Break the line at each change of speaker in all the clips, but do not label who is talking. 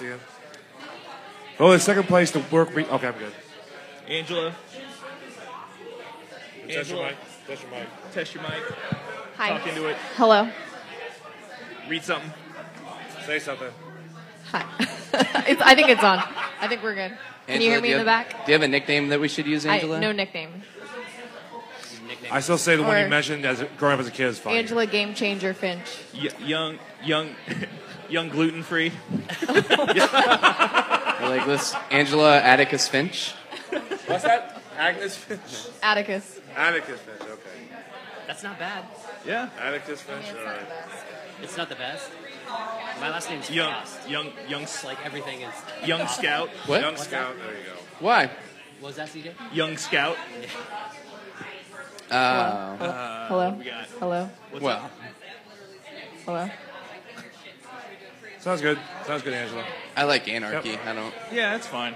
Yeah. Well, in second place, Oh, the work. Be- okay, I'm good.
Angela,
Test your
Angela.
mic. Test your mic.
test your mic.
Hi.
Talk into it.
Hello.
Read something.
Say something.
Hi. it's, I think it's on. I think we're good. Can you
Angela,
hear
do
me in the
have-
back?
Do you have a nickname that we should use, Angela?
I, no nickname.
I still say the one you
Or-
mentioned as a, growing up as a kid is fine.
Angela Game Changer Finch.
Y- young, young, young gluten free.
Or like this Angela Atticus Finch.
What's that? Agnes Finch.
Atticus.
Atticus Finch. Okay.
That's not bad.
Yeah.
Atticus Finch. All right.
It's not the best. My last name's
Young,
Frost.
young, young, s-
It's like everything is.
young scout.
What?
Young Scout. There you go.
Why?
What was that, CJ?
Young scout.
Uh,
Hello.
we got?
Hello.
What's
well,
Hello.
Sounds good. Sounds good, Angela.
I like anarchy.
Yep.
I don't.
up? Yeah, that's fine.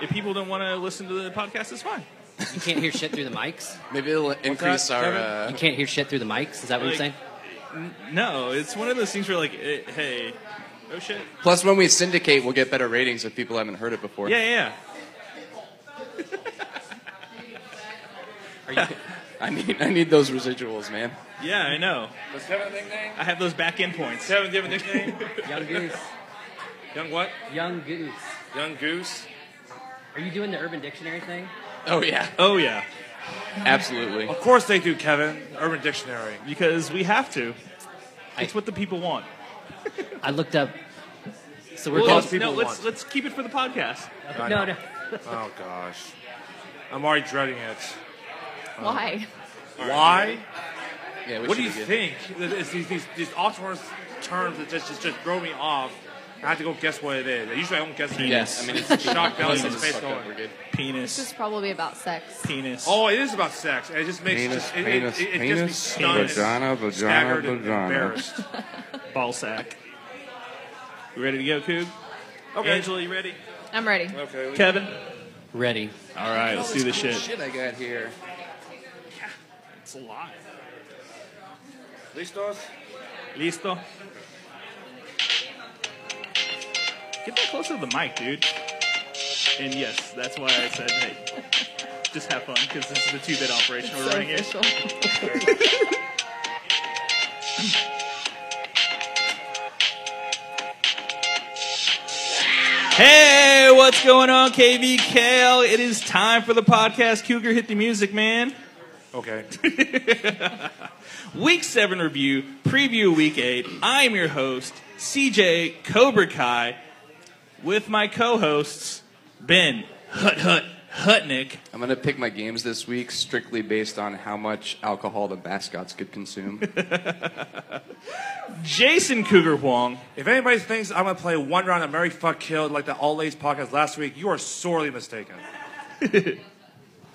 If people don't want to listen to the podcast, it's fine.
You can't hear shit through the mics.
Maybe it'll increase
that,
our.
Kevin?
Uh,
You can't hear shit through the mics. Is that what
Like-
you're saying?
No, it's one of those things where like, eh, hey, oh shit.
plus, when we syndicate, we'll get better ratings if people haven't heard it before.
Yeah, yeah, yeah.
Are you,
I need. I need those residuals, man.
Yeah, I know.
Does Kevin have a nickname?
I have those back end points.
Kevin, do you have a nickname?
young Goose.
Young what?
Young Goose.
Young Goose.
Are you doing the Urban Dictionary thing?
Oh yeah,
Oh yeah,
absolutely.
Of course they do, Kevin. Urban Dictionary.
because we have to.
I-
It's what the people want.
I looked up. So we're
Well,
Because
let's-
people
no, let's
want.
let's keep it for the podcast.
going. No, no.
Oh gosh, I'm already dreading it. Um,
Why?
Why?
Yeah, we
What
should
do you
be good.
think? It's these these, these alternate terms that just, just just throw me off. I have to go guess what it is. Usually I don't guess. Anything.
Yes, I mean it's
shock value
Plus,
in
it's
space
fucked up.
going.
We're good.
Penis.
This is probably about sex.
penis.
Oh, it is about sex. and It just makes just, it, it, it, it just makes stunned,
vagina, vagina,
staggered, and
vagina.
embarrassed.
ball sack. You ready to go, Coog?
Okay.
Angela, you ready?
I'm ready.
Okay. we-
Kevin.
Ready.
All right, let's do this shit.
Shit, I got here.
It's a lot.
Listos.
Listo. Get that closer to the mic, dude. And yes, that's why I said, hey, just have fun, because this is the two-bit operation we're
So
running it.
official.
Hey, what's going on, KVKL? It is time for the podcast. Cougar, hit the music, man.
Okay.
Week 7 review, preview week 8. I'm your host, CJ Cobra Kai, with my co hosts, Ben Hut Hut Hutnick
I'm gonna pick my games this week strictly based on how much alcohol the mascots could consume.
Jason Cougar Huang.
If anybody thinks I'm gonna play one round of Mary Fuck Killed like the All Ladies podcast last week, you are sorely mistaken.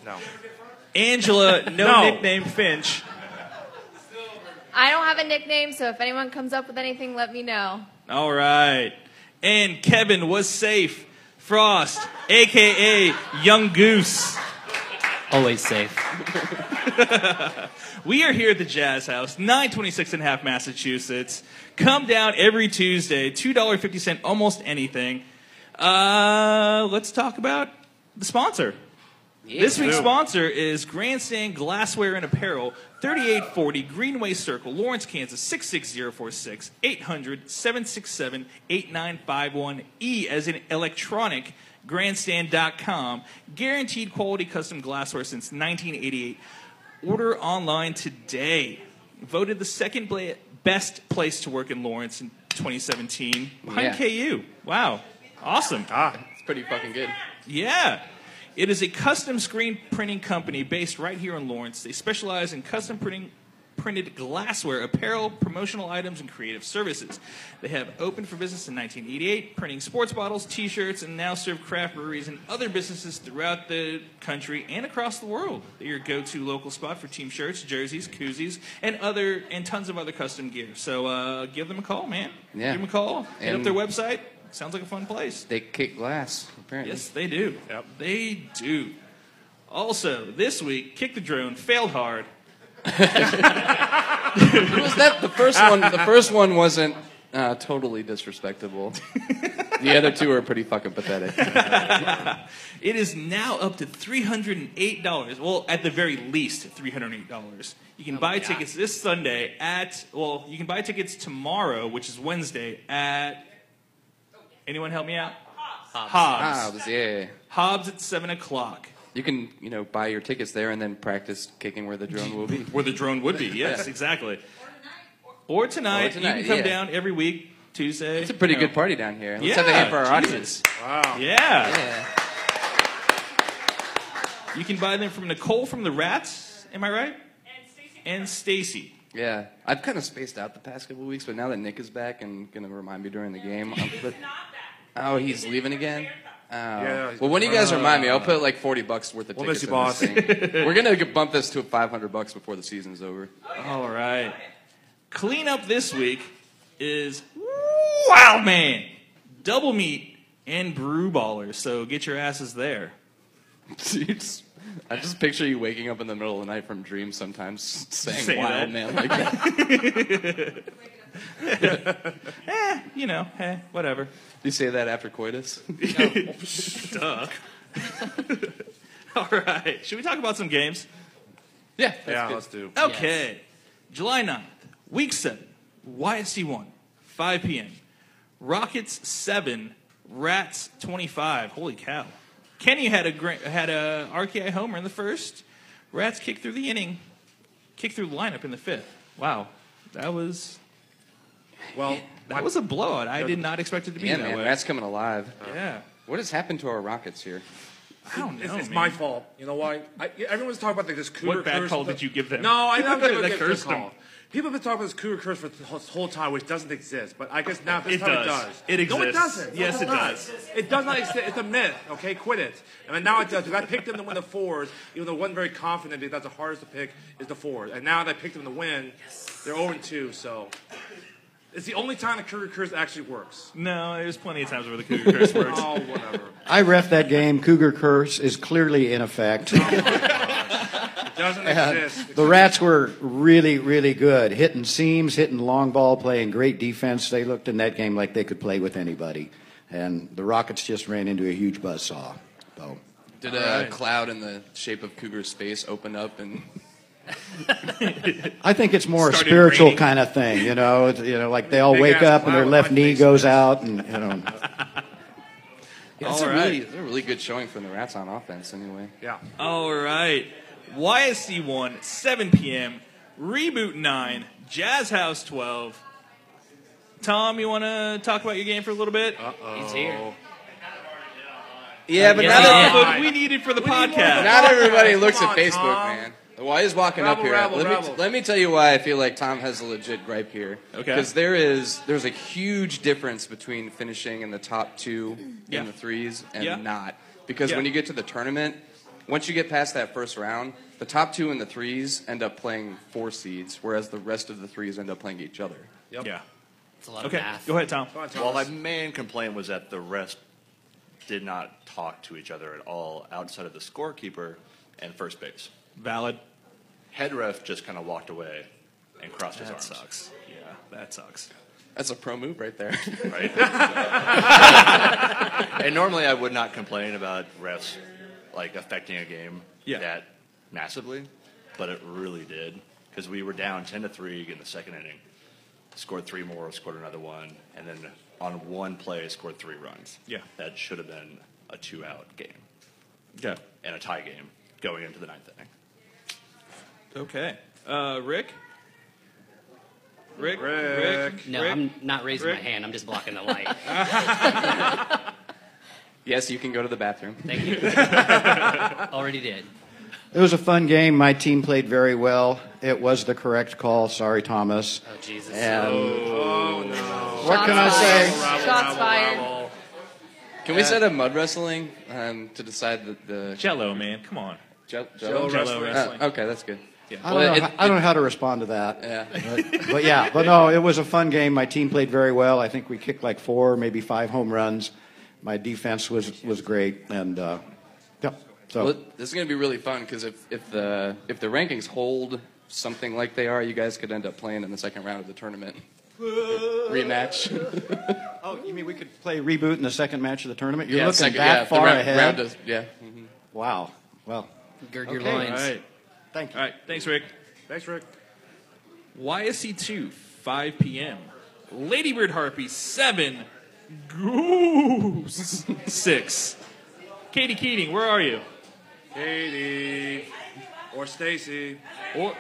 no.
Angela, no,
No.
nickname Finch.
I don't have a nickname, so if anyone comes up with anything, let me know.
All right. And Kevin was safe. Frost, aka Young Goose.
Always safe.
We are here at the Jazz House, 926 and a half Massachusetts. Come down every Tuesday, $2.50, almost anything. Uh, let's talk about the sponsor. This week's sponsor is Grandstand Glassware and Apparel, 3840 Greenway Circle, Lawrence, Kansas, 66046, 800 767 8951. E as in electronic, grandstand.com. Guaranteed quality custom glassware since 1988. Order online today. Voted the second bla- best place to work in Lawrence in 2017.
Yeah. Ah,
Behind KU. Wow. Awesome.
it's pretty fucking good.
Yeah. It is a custom screen printing company based right here in Lawrence. They specialize in custom printing printed glassware, apparel, promotional items, and creative services. They have opened for business in 1988, printing sports bottles, t-shirts, and now serve craft breweries and other businesses throughout the country and across the world. They're your go-to local spot for team shirts, jerseys, koozies, and other and tons of other custom gear. So uh, give them a call, man.
Yeah.
Give them a call. Hit up
And-
their website. Sounds like a fun place.
They kick glass, apparently.
Yes, they do.
Yep.
They do. Also, this week, Kick the Drone failed hard.
What was that? The first one. The first one wasn't uh, totally disrespectable. The other two are pretty fucking pathetic.
It is now up to $308. Well, at the very least, $308. You can buy tickets this Sunday at, well, you can buy tickets tomorrow, which is Wednesday, at, anyone help me out? Hobbs. Hobbs.
Hobbs, yeah.
Hobbs at 7 o'clock.
You can, you know, buy your tickets there and then practice kicking where the drone will be.
Where the drone would be, yes, exactly. Or tonight.
Or tonight,
You can come
yeah.
down every week, Tuesday.
It's a pretty good party down here. Let's
yeah,
have a hand for our audience.
Jesus.
Wow.
Yeah.
Yeah.
You can buy them from Nicole from the Rats. Am I right? And Stacy.
Yeah. I've kind of spaced out the past couple weeks, but now that Nick is back and going to remind me during the game. I'm put- oh, he's leaving again? Oh.
Yeah, he's-
well, when you guys remind me, I'll put like 40 bucks worth of
We'll miss
tickets
you,
in this thing. We're going to bump this to 500 bucks before the season's over.
Oh, All right. Cleanup this week is Wild Man, Double Meat, and Brew Ballers. So get your asses there.
You just- I just picture you waking up in the middle of the night from dreams sometimes saying
Say
wild
that.
man like that.
Eh, you know, hey, whatever.
you say that after coitus? Oh,
All right. Should we talk about some games?
yeah. that's
Yeah,
good.
let's do.
Okay. July 9th, week 7, YSC 1, 5 p.m. Rockets 7, Rats 25. Holy cow. Kenny had a gra- had a RKI homer in the first. Rats kicked through the inning, kicked through the lineup in the fifth. Wow. That was
Well,
that was a blowout. I did not expect it to be
Yeah,
that
man,
way.
that's coming alive.
yeah.
What has happened to our Rockets here?
I don't know.
it's, it's
man.
my fault. You know why? I, everyone's talking about like, this cougar
What bad
curse.
call did you give them?
No, I don't give
That
a good
cursed them.
call. People have been talking about this cougar curse for the whole- whole time, which doesn't exist. But I guess now this
It
time it
does.
does.
It
No, it
exists.
doesn't. No,
Yes, it
not.
does.
It does not exist. It's a myth. Okay, quit it. I mean, now it does. Because I picked them to win the fours, even though I wasn't very confident that that's the hardest to pick is the fours. And now that I picked them to win, they're 0 2. So it's the only time the cougar curse actually works.
No, there's plenty of times where the cougar curse works.
Oh, whatever.
I ref that game. Cougar curse is clearly in effect.
It doesn't exist.
The Rats were really, really good, hitting seams, hitting long ball, playing great defense. They looked in that game like they could play with anybody, and the Rockets just ran into a huge buzzsaw. So,
Did a cloud in the shape of Cougar's face open up and
I think it's more
Started
a spiritual
raining.
kind of thing, you know. It's, you know, like they all
Big
wake
ass
up and their
cloud
left
on my
knee
face.
goes out, and you know.
That's a
All right.
really, that's a really good showing from the Rats on offense, anyway.
Yeah.
All right. YSC 1, 7 p.m. Reboot 9, Jazz House 12. Tom, you want to talk about your game for a little bit?
He's here.
Yeah,
but now that-
That's what we needed for the
need more
podcast.
than
Not everybody
Come
looks
on,
at Facebook,
Tom.
man. Well, I was walking
Rabble,
up here.
rabble,
let,
rabble.
Me, let me tell you why I feel like Tom has a legit gripe here.
Okay.
Because there is there's a huge difference between finishing in the top two
Yeah.
in the threes and
Yeah.
not. Because
Yeah.
when you get to the tournament, once you get past that first round, the top two and the threes end up playing four seeds, whereas the rest of the threes end up playing each other.
Yeah.
It's a lot
Okay.
of math.
Go ahead, Tom.
Come on,
Well,
Thomas.
my main complaint was that the rest did not talk to each other at all outside of the scorekeeper and first base.
Valid.
Head ref just kind of walked away and crossed his
That
arms.
sucks. Yeah, that sucks.
That's a pro move right there.
Right? and normally I would not complain about refs like affecting a game
Yeah.
that massively, but it really did because we were down 10 to 3 in the second inning. Scored three more, scored another one, and then on one play scored three runs.
Yeah.
That should have been a two out game
Okay.
and a tie game going into the ninth inning.
Okay. Uh, Rick? Rick?
Rick.
Rick?
No,
Rick?
I'm not raising
Rick?
my hand. I'm just blocking the light.
yes, you can go to the bathroom.
Thank you. Already did.
It was a fun game. My team played very well. It was the correct call. Sorry, Thomas.
Oh, Jesus.
And Oh,
What
can I say?
Shots fired.
Oh.
Well,
Can we set up mud wrestling um, to decide the, the
Jello, man. Come on.
Jell-
Jello
Jello?
Jello wrestling.
Uh, okay, that's good.
I
Well,
don't, know,
it-
I don't know how to respond to that.
Yeah.
But, but yeah, but no, it was a fun game. My team played very well. I think we kicked like four, maybe five home runs. My defense was was great, and uh, yep. So
Well, this is going to be really fun because if, if the if the rankings hold something like they are, you guys could end up playing in the second round of the tournament. Rematch.
Oh, you mean we could play reboot in the second match of the tournament? You're
yeah,
looking
second,
that
yeah, the
far
round-
ahead.
round is- yeah. mhm.
wow. Well,
Gird your
Okay.
All
loins.
right.
thank you.
All right. Thanks, Rick.
Thanks, Rick.
YSC2, 5 p.m. Ladybird Harpy, 7. Goose, 6. Katie Keating, where are you?
Katie or Stacy.
Or,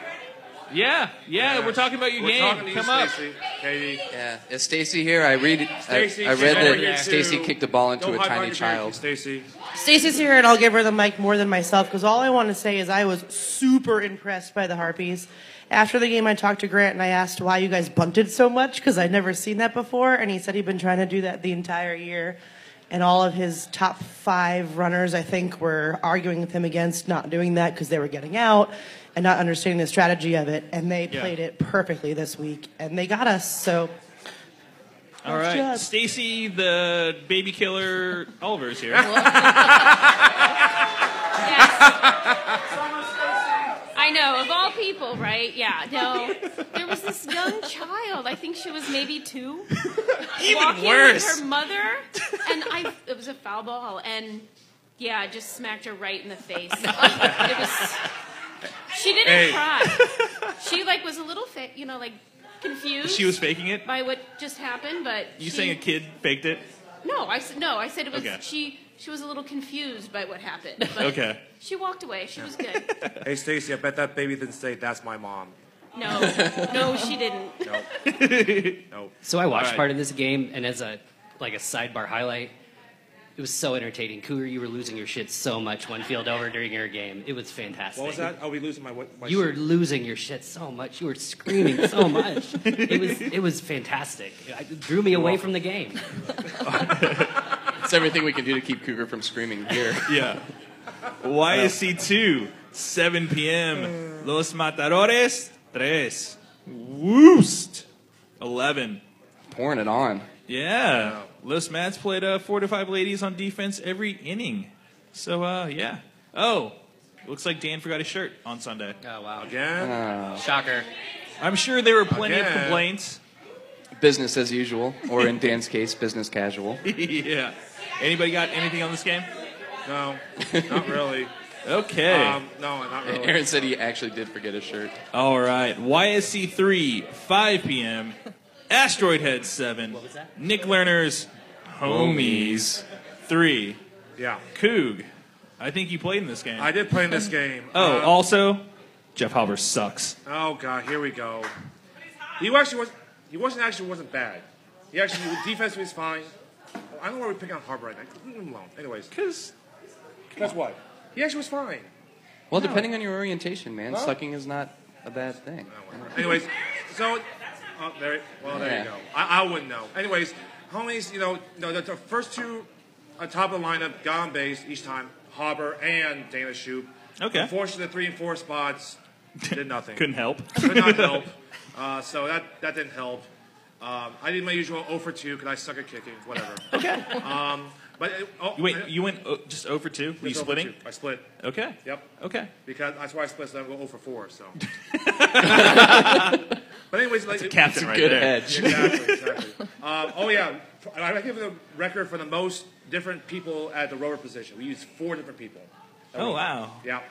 yeah, yeah, we're talking about your
We're
game.
talking to you,
Come up.
Stacy. Katie.
Yeah. Is Stacy here? I read.
Stacy,
I, I
she's over
read
here,
that Stacy
too.
kicked a ball into
Don't
a
hide behind
tiny
your
child.
vacuum, Stacy's
Stacey's here, and I'll give her the mic more than myself because all I want to say is I was super impressed by the Harpies. After the game, I talked to Grant and I asked why you guys bunted so much because I'd never seen that before, and he said he'd been trying to do that the entire year. And all of his top five runners, I think, were arguing with him against not doing that because they were getting out and not understanding the strategy of it. And they
Yeah.
played it perfectly this week, and they got us. So
All
Nice
right.
job.
Stacy, the baby killer Oliver is here.
I know, of all people, right? Yeah, no. There was this young child, I think she was maybe two, walking
worse.
with her mother, and I, it was a foul ball, and yeah, I just smacked her right in the face. It was, she didn't
Hey.
cry. She, like, was a little, fa- you know, like, confused
she was faking it.
by what just happened, but
You
she,
saying a kid faked it?
No, I said, no, I said it was,
Okay.
she, she was a little confused by what happened. But
Okay.
She walked away. She was good.
Hey, Stacy, I bet that baby didn't say, that's my mom.
No, no, she didn't.
Nope. nope.
So I
All
watched
right.
part of this game, and as a like a sidebar highlight, it was so entertaining. Cougar, you were losing your shit so much one field over during your game. It was fantastic.
What was that? I'll be losing my, what- my
You were losing your shit so much. You were screaming so much. it was it was fantastic. It drew me away from the game.
It's everything we can do to keep Cougar from screaming here.
Yeah. YSC2, 7 p.m. Los Matadores, 3. Woost, 11.
Pouring it on.
Yeah. Los Mats played uh, four to five ladies on defense every inning. So, uh, yeah. Oh, looks like Dan forgot his shirt on Sunday.
Oh wow!
Again?
Shocker.
I'm sure there were plenty of
Again.
complaints.
Business as usual, or in Dan's case, business casual.
yeah. Anybody got anything on this game?
No, not really.
Okay.
Um, no, not really.
Aaron said he actually did forget his shirt.
All right. YSC 3, 5 p.m. Asteroid Head 7. What was that? Nick Lerner's Homies 3.
Yeah.
Coog. I think you played in this game.
I did play in this game.
oh,
Uh,
also, Jeff Halber sucks.
Oh god, here we go. He actually was he wasn't actually wasn't bad. He actually the defense was fine. I don't know why we're picking on Harbor right now. Leave him alone. Anyways,
Because
that's why. He actually was fine.
Well, depending on your orientation, man, sucking is not a bad thing.
Anyways, so oh, there. Well, there
Yeah.
you go. I, I wouldn't know. Anyways, homies, you know, no, the, the first two on top of the lineup got on base each time. Harbor and Dana Shoup.
Okay.
Unfortunately, the three and four spots did nothing.
couldn't help.
could not help. Uh, so that, that didn't help. Um, I did my usual 0 for 2 because I suck at kicking, whatever. okay. Um, but it, oh, I-
You went, you went uh, just over 2? Were you
it's 0 for
splitting?
2. I split.
Okay.
Yep.
Okay.
Because that's why I split, so I go 0 for 4. So. but, anyways, like. it-
Captain right
Good
there.
hedge.
Exactly, exactly. um, oh, yeah. And I give the record for the most different people at the rover position. We used four different people.
Oh, wow.
Yeah.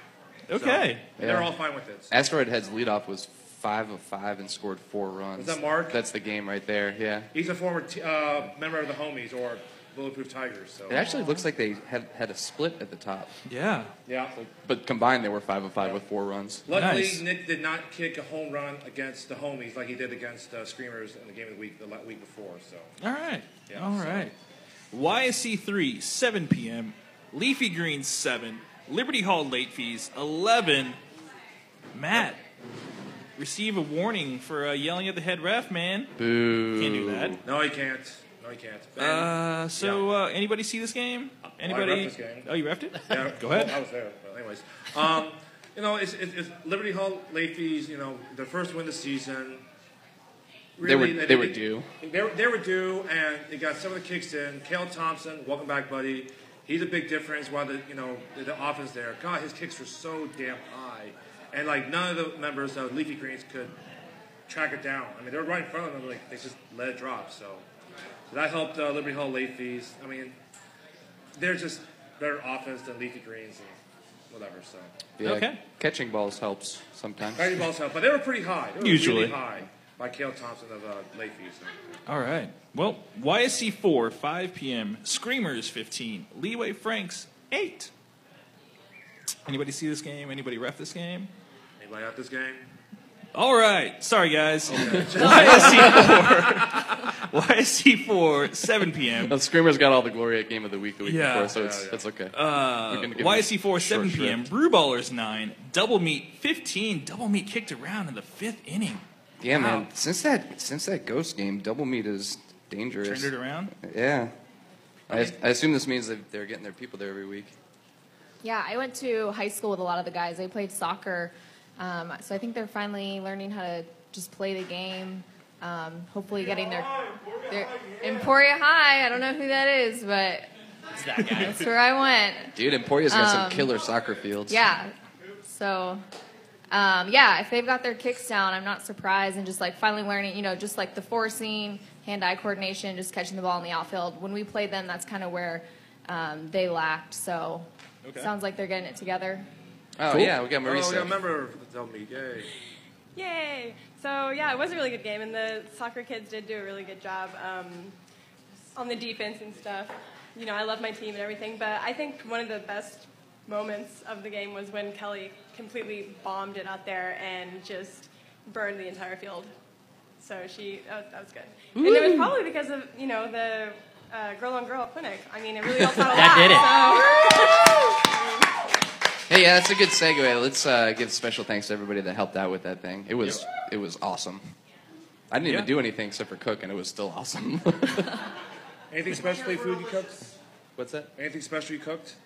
Okay.
So, and they're all fine with it. So.
Asteroid Head's leadoff was five of five and scored four runs.
Was that Mark?
That's the game right there. Yeah.
He's a former t- uh, member of the Homies or Bulletproof Tigers. So
It actually looks like they had had a split at the top,
Yeah.
yeah.
but combined they were five of five with four runs.
Luckily,
Nice.
Nick did not kick a home run against the Homies like he did against uh, Screamers in the game of the week the la- week before. So
All right.
Yeah,
All
so-
right. YSC 3, 7 p.m. Leafy Green, 7. Liberty Hall late fees, 11. Matt, receive a warning for uh, yelling at the head ref, man.
Boo.
Can't do that.
no, he can't. No, he can't. Ben,
Uh, so, uh, anybody see this game? Anybody?
reffed this game.
Oh, you refed it?
yeah,
Go ahead.
well, I was there, but anyways. Um, you know, it's, it's, it's Liberty Hall late fees. You know, their first win of the season.
They were- they were due.
They were, they were due, and they got some of the kicks in. Kale Thompson, welcome back, buddy. He's a big difference. While the you know the, the offense there, God, his kicks were so damn high, and like none of the members of Leafy Greens could track it down. I mean, they were right in front of them. Like they just let it drop. So, so that helped uh, Liberty Hall late fees. I mean, they're just better offense than leafy greens and whatever. So
Yeah,
Okay.
Catching balls helps sometimes.
Gravity balls help, but they were pretty high. They were
Usually.
really high by Cale Thompson of uh, late fees. So.
All right. Well, YSC 4, 5 p.m. Screamers 15, Leeway Franks 8. Anybody see this game? Anybody ref this game?
Anybody out this game?
All right. Sorry, guys. YSC 4. YSC 4, 7 p.m.
Now, Screamers got all the glory at game of the week the week
Yeah.
before, so it's, it's okay. Uh,
YSC 4, 7 p.m. Brew Ballers 9, Double Meat 15. Double Meat kicked around in the fifth inning.
Yeah, man. Since that since that ghost game, double meat is dangerous.
Turned it around.
Yeah. I, I assume this means that they're getting their people there every week.
Yeah, I went to high school with a lot of the guys. They played soccer, um, so I think they're finally learning how to just play the game. Um, hopefully, getting their, their Emporia High. I don't know who that is, but
It's that guy.
that's where I went. Um,
Dude, Emporia's got some killer soccer fields.
Yeah. So, um, yeah, if they've got their kicks down, I'm not surprised. And just like finally learning, you know, just like the forcing, hand eye coordination, just catching the ball in the outfield. When we played them, that's kind of where um, they lacked. So, sounds like they're getting it together.
Oh, yeah, we got Marisa.
Oh, yeah, I remember Tell me, yay.
Yay! So yeah, it was a really good game, and the soccer kids did do a really good job um, on the defense and stuff. You know, I love my team and everything, but I think one of the best moments of the game was when Kelly completely bombed it out there and just burned the entire field. So she, that was, that was
Mm-hmm.
good, and it was probably because of you know the uh, girl on girl clinic. I mean, it really helped out a lot.
That did it.
Hey, yeah, that's a good segue. Let's uh, give special thanks to everybody that helped out with that thing. It was it was awesome. I didn't even
Yeah.
do anything except for cook, and it was still awesome.
Anything special you food you cooked?
What's that?
Anything special you cooked?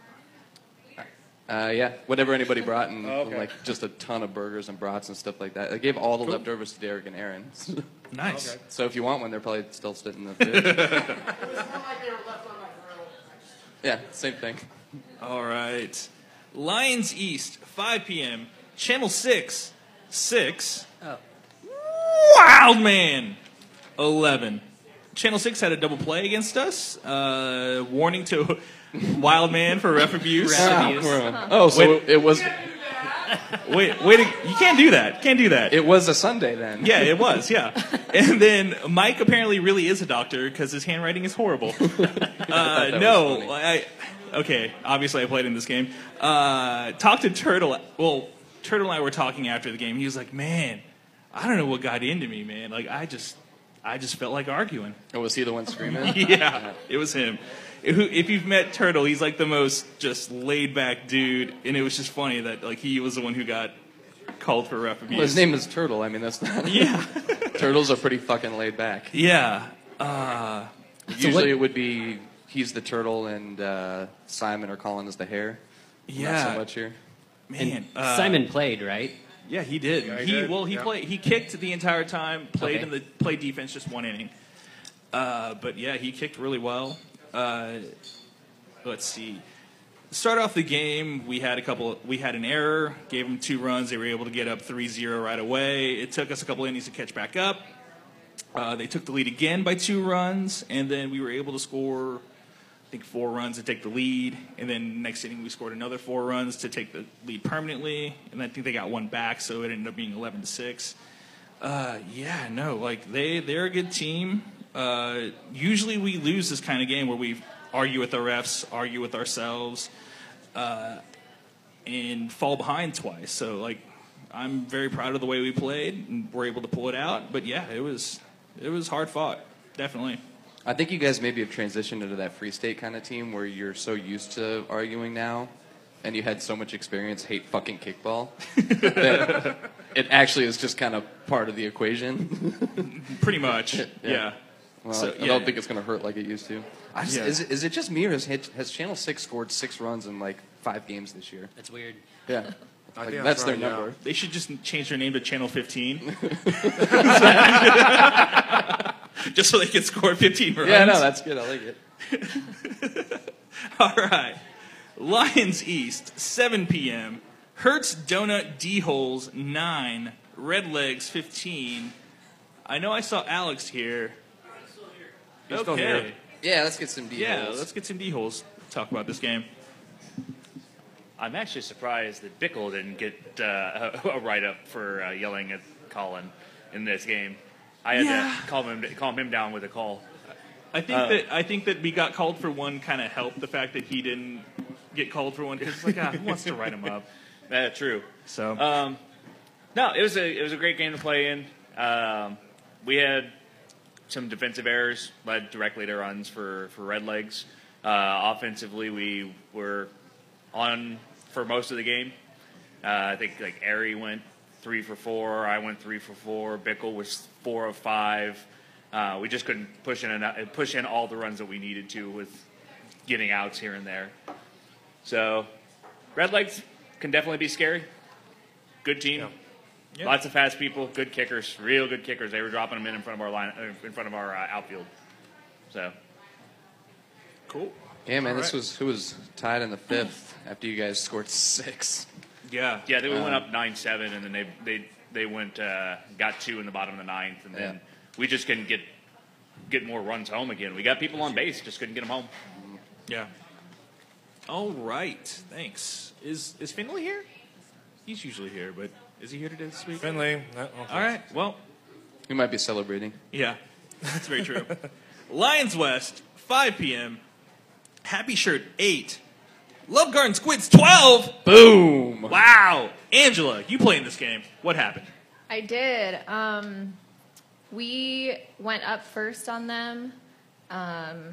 Uh, yeah, whatever anybody brought, and
Oh, okay.
like just a ton of burgers and brats and stuff like that. I gave all the leftovers to Derek and Aaron.
Nice.
so if you want one, they're probably still sitting in the fridge. yeah, same thing.
All right. Lions East, 5 p.m. Channel 6, 6.
Oh.
Wild Man, 11. Channel 6 had a double play against us. Uh, warning to Wild Man for ref abuse.
Oh, so
Wait.
it was
Wait, wait. You can't do that. Can't do that.
it was a Sunday then.
Yeah, it was. Yeah. And then Mike apparently really is a doctor because his handwriting is horrible. Uh,
that was
no,
funny.
I, okay. Obviously, I played in this game. Uh, talked to Turtle. Well, Turtle and I were talking after the game. He was like, "Man, I don't know what got into me, man. Like, I just, I just felt like arguing."
Oh, was he the one screaming?
yeah, it was him. Who, if you've met Turtle, he's like the most just laid back dude, and it was just funny that like he was the one who got called for ref abuse.
Well, his name is Turtle. I mean, that's not.
yeah,
Turtles are pretty fucking laid back.
yeah.
uh, Usually it would be he's the turtle and uh, Simon or Colin is the hare.
Yeah,
Not so much here.
man. Uh,
Simon played, right?
yeah, he did.
Yeah,
he
he did.
well, he
Yeah.
played. He kicked the entire time. Played
Okay.
in the played defense just one inning. Uh, but yeah, he kicked really well. Uh, let's see. Start off the game, we had a couple. We had an error, gave them two runs. They were able to get up 3-0 right away. It took us a couple innings to catch back up. Uh, they took the lead again by two runs, and then we were able to score, I think, four runs to take the lead. And then next inning, we scored another four runs to take the lead permanently. And I think they got one back, so it ended up being 11 to six. Uh, yeah, no, like they they're a good team. Uh, usually, we lose this kind of game where we argue with our refs, argue with ourselves, uh, and fall behind twice. So like. I'm very proud of the way we played and we're able to pull it out. But yeah, it was it was hard fought, definitely.
I think you guys maybe have transitioned into that free state kind of team where you're so used to arguing now and you had so much experience hate fucking kickball that it actually is just kind of part of the equation.
Pretty much, yeah.
Well,
So,
I
yeah.
don't think it's going to hurt like it used to. I just,
Yeah.
is, is it just me or has, has Channel 6 scored six runs in like five games this year?
That's weird.
Yeah.
I
Like,
think
that's their
right, yeah.
number.
They should just change their name to Channel 15, just so they can score 15 runs.
Yeah, no, that's good. I like it.
All right. Lions East, 7 p.m. Hertz Donut D Holes 9, Red Legs 15, I know I saw Alex here.
He's
okay.
still here. Yeah, let's get some D
Yeah,
holes.
let's get some D holes. Talk about this game.
I'm actually surprised that Bickle didn't get uh, a, write up for uh, yelling at Colin in this game. I had
Yeah.
to calm him calm him down with a call.
I think
Uh,
that I think that we got called for one kind of helped the fact that he didn't get called for one because it's like ah, who wants to write him up?
Uh, true.
So
Um, no, it was a it was a great game to play in. Um, we had some defensive errors led directly to runs for for Red Legs. Uh, offensively, we were on for most of the game. Uh, I think like Airy went three for four. I went three for four. Bickle was four of five. Uh, we just couldn't push in enough, push in all the runs that we needed to with getting outs here and there. So, Red Legs can definitely be scary. Good team.
Yeah.
Lots of fast people, good kickers, real good kickers. They were dropping them in in front of our line, uh, in front of our uh, outfield. So
cool.
Yeah, man, this
Alright.
was it was tied in the fifth after you guys scored six.
Yeah, Uh-huh.
yeah, they went
Um,
up nine seven, and then they they they went uh, got two in the bottom of the ninth, and then we just couldn't get get more runs home again. We got people on base, just couldn't get them home.
Yeah. All right. Thanks. Is is Finley here? He's usually here, but is he here today this week?
Finley.
All right. Well,
We might be celebrating.
Yeah, that's very true. Lions West, 5 p.m. Happy Shirt, 8. Love Garden Squids, 12.
Boom.
Wow. Angela, you play in this game. What happened?
I did. Um, we went up first on them, um,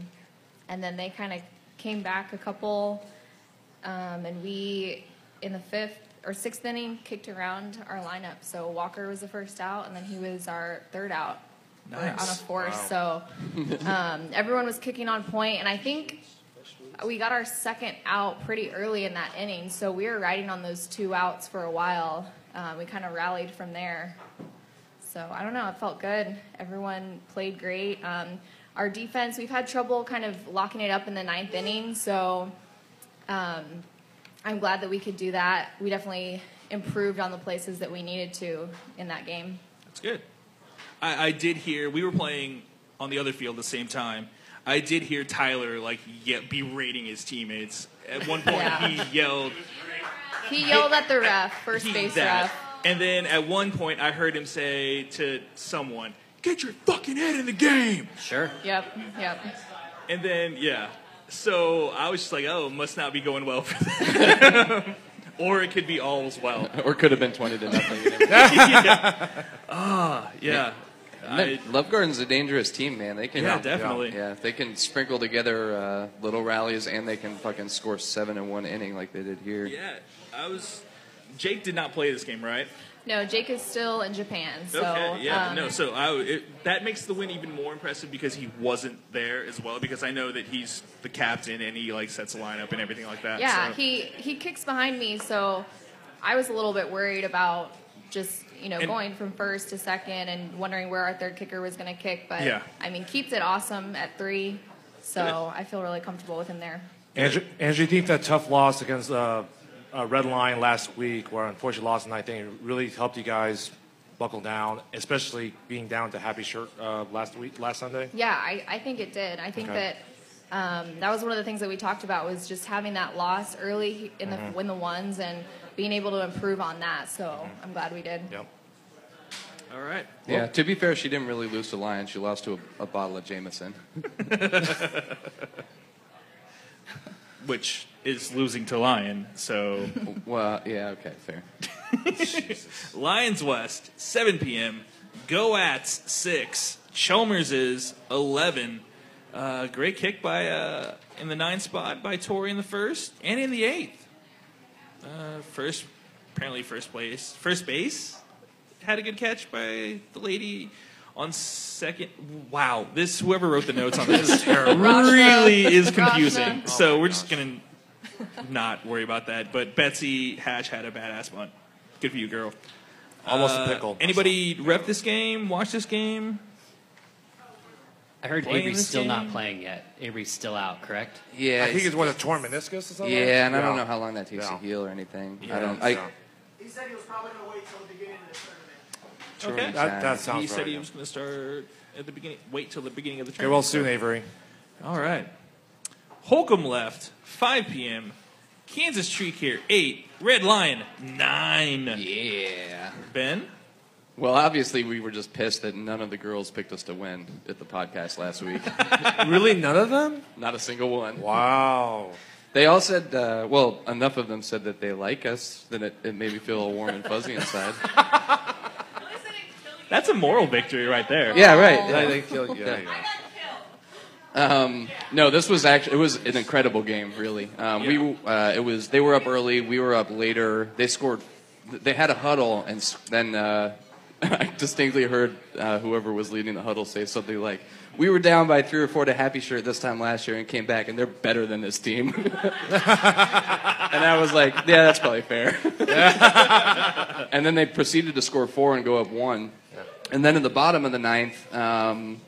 and then they kind of came back a couple, um, and we in the fifth or sixth inning kicked around our lineup. So Walker was the first out, and then he was our third out or on a
Nice.
fourth. So
Wow.
um, everyone was kicking on point, and I think we got our second out pretty early in that inning. So we were riding on those two outs for a while. Um, we kind of rallied from there. So I don't know. It felt good. Everyone played great. Um, our defense, we've had trouble kind of locking it up in the ninth inning. So um, I'm glad that we could do that. We definitely improved on the places that we needed to in that game.
That's good. I, I did hear, we were playing on the other field at the same time. I did hear Tyler, like, yeah, berating his teammates. At one point, he yelled,
He yelled at the ref, first
He-
base
that.
ref.
And then at one point, I heard him say to someone, Get your fucking head in the game.
Sure.
Yep, yep.
And then yeah, so I was just like, oh, must not be going well for them. or it could be all's well.
or could have been twenty to nothing.
Yeah. Ah, yeah.
And then Love Garden's a dangerous team, man. They can
Yeah, definitely.
Yeah, if they can sprinkle together uh, little rallies, and they can fucking score seven in one inning like they did here.
Yeah, I was. Jake did not play this game, right?
No, Jake is still in Japan. So
okay, yeah,
um,
no. So I, it, that makes the win even more impressive because he wasn't there as well. Because I know that he's the captain and he like sets a lineup and everything like that.
yeah,
so.
he he kicks behind me, so I was a little bit worried about just you know
And-
going from first to second and wondering where our third kicker was going to kick. But
Yeah.
I mean, Keith did awesome at three, so
Good.
I feel really comfortable with him there.
Andrew, Andrew Deep, that tough loss against uh, uh, Red Line last week, where unfortunately lost, and I think it really helped you guys buckle down, especially being down to Happy Shirt uh, last week, last Sunday.
Yeah, I, I think it did. I think
Okay.
that um, that was one of the things that we talked about was just having that loss early in the
Mhm.
Mm-hmm.
win the ones and being able to improve on that. So
Mm-hmm.
I'm glad we did.
Yep.
All right.
Yeah. To be fair, she didn't really lose to Lion. She lost to a, a bottle of Jameson.
Which is losing to Lion. So.
well, yeah. Okay. Fair.
Lions West, 7 p.m. Go at 6. Chalmers is 11. Uh, great kick by uh, in the ninth spot by Tori in the first and in the eighth. Uh, first, apparently first place, first base had a good catch by the lady on second. Wow, this whoever wrote the notes on this
This is terrible. Rashna.
really is confusing.
Rashna.
So we're just gonna not worry about that. But Betsy Hatch had a badass bunt. Good for you, girl.
Almost a
Uh,
pickle.
Anybody rep this game? Watch this game?
I heard
Playing
Avery's
this
still not
game?
playing yet. Avery's still out, correct?
Yeah.
I think it's what a torn meniscus or something.
Yeah, and I don't
Yeah.
know how long that takes to
Yeah.
heal or anything.
Yeah.
I don't. I,
Yeah.
He said he was probably going to wait till the beginning of the
Okay.
That, that sounds
He said
right,
he
yeah.
was going to start at the beginning. Wait till the beginning of the
Okay,
tournament.
well, soon, Avery.
All right. Holcomb left, 5 p.m. Kansas Tree Care, 8. Red Lion, 9.
Yeah.
Ben?
Well, obviously, we were just pissed that none of the girls picked us to win at the podcast last week.
really, none of them?
Not a single one.
Wow.
They all said, uh, well, enough of them said that they like us, that it, it made me feel all warm and fuzzy inside.
That's a moral victory right there.
Yeah, right.
Yeah, they killed you. There you go.
Um, no, this was actually it was an incredible game. Really, um, we uh, it was they were up early, we were up later. They scored. They had a huddle, and s- then uh, I distinctly heard uh, whoever was leading the huddle say something like, "We were down by three or four to Happy Shirt this time last year, and came back, and they're better than this team." and I was like, "Yeah, that's probably fair." and then they proceeded to score four and go up one. And then in the bottom of the ninth, um,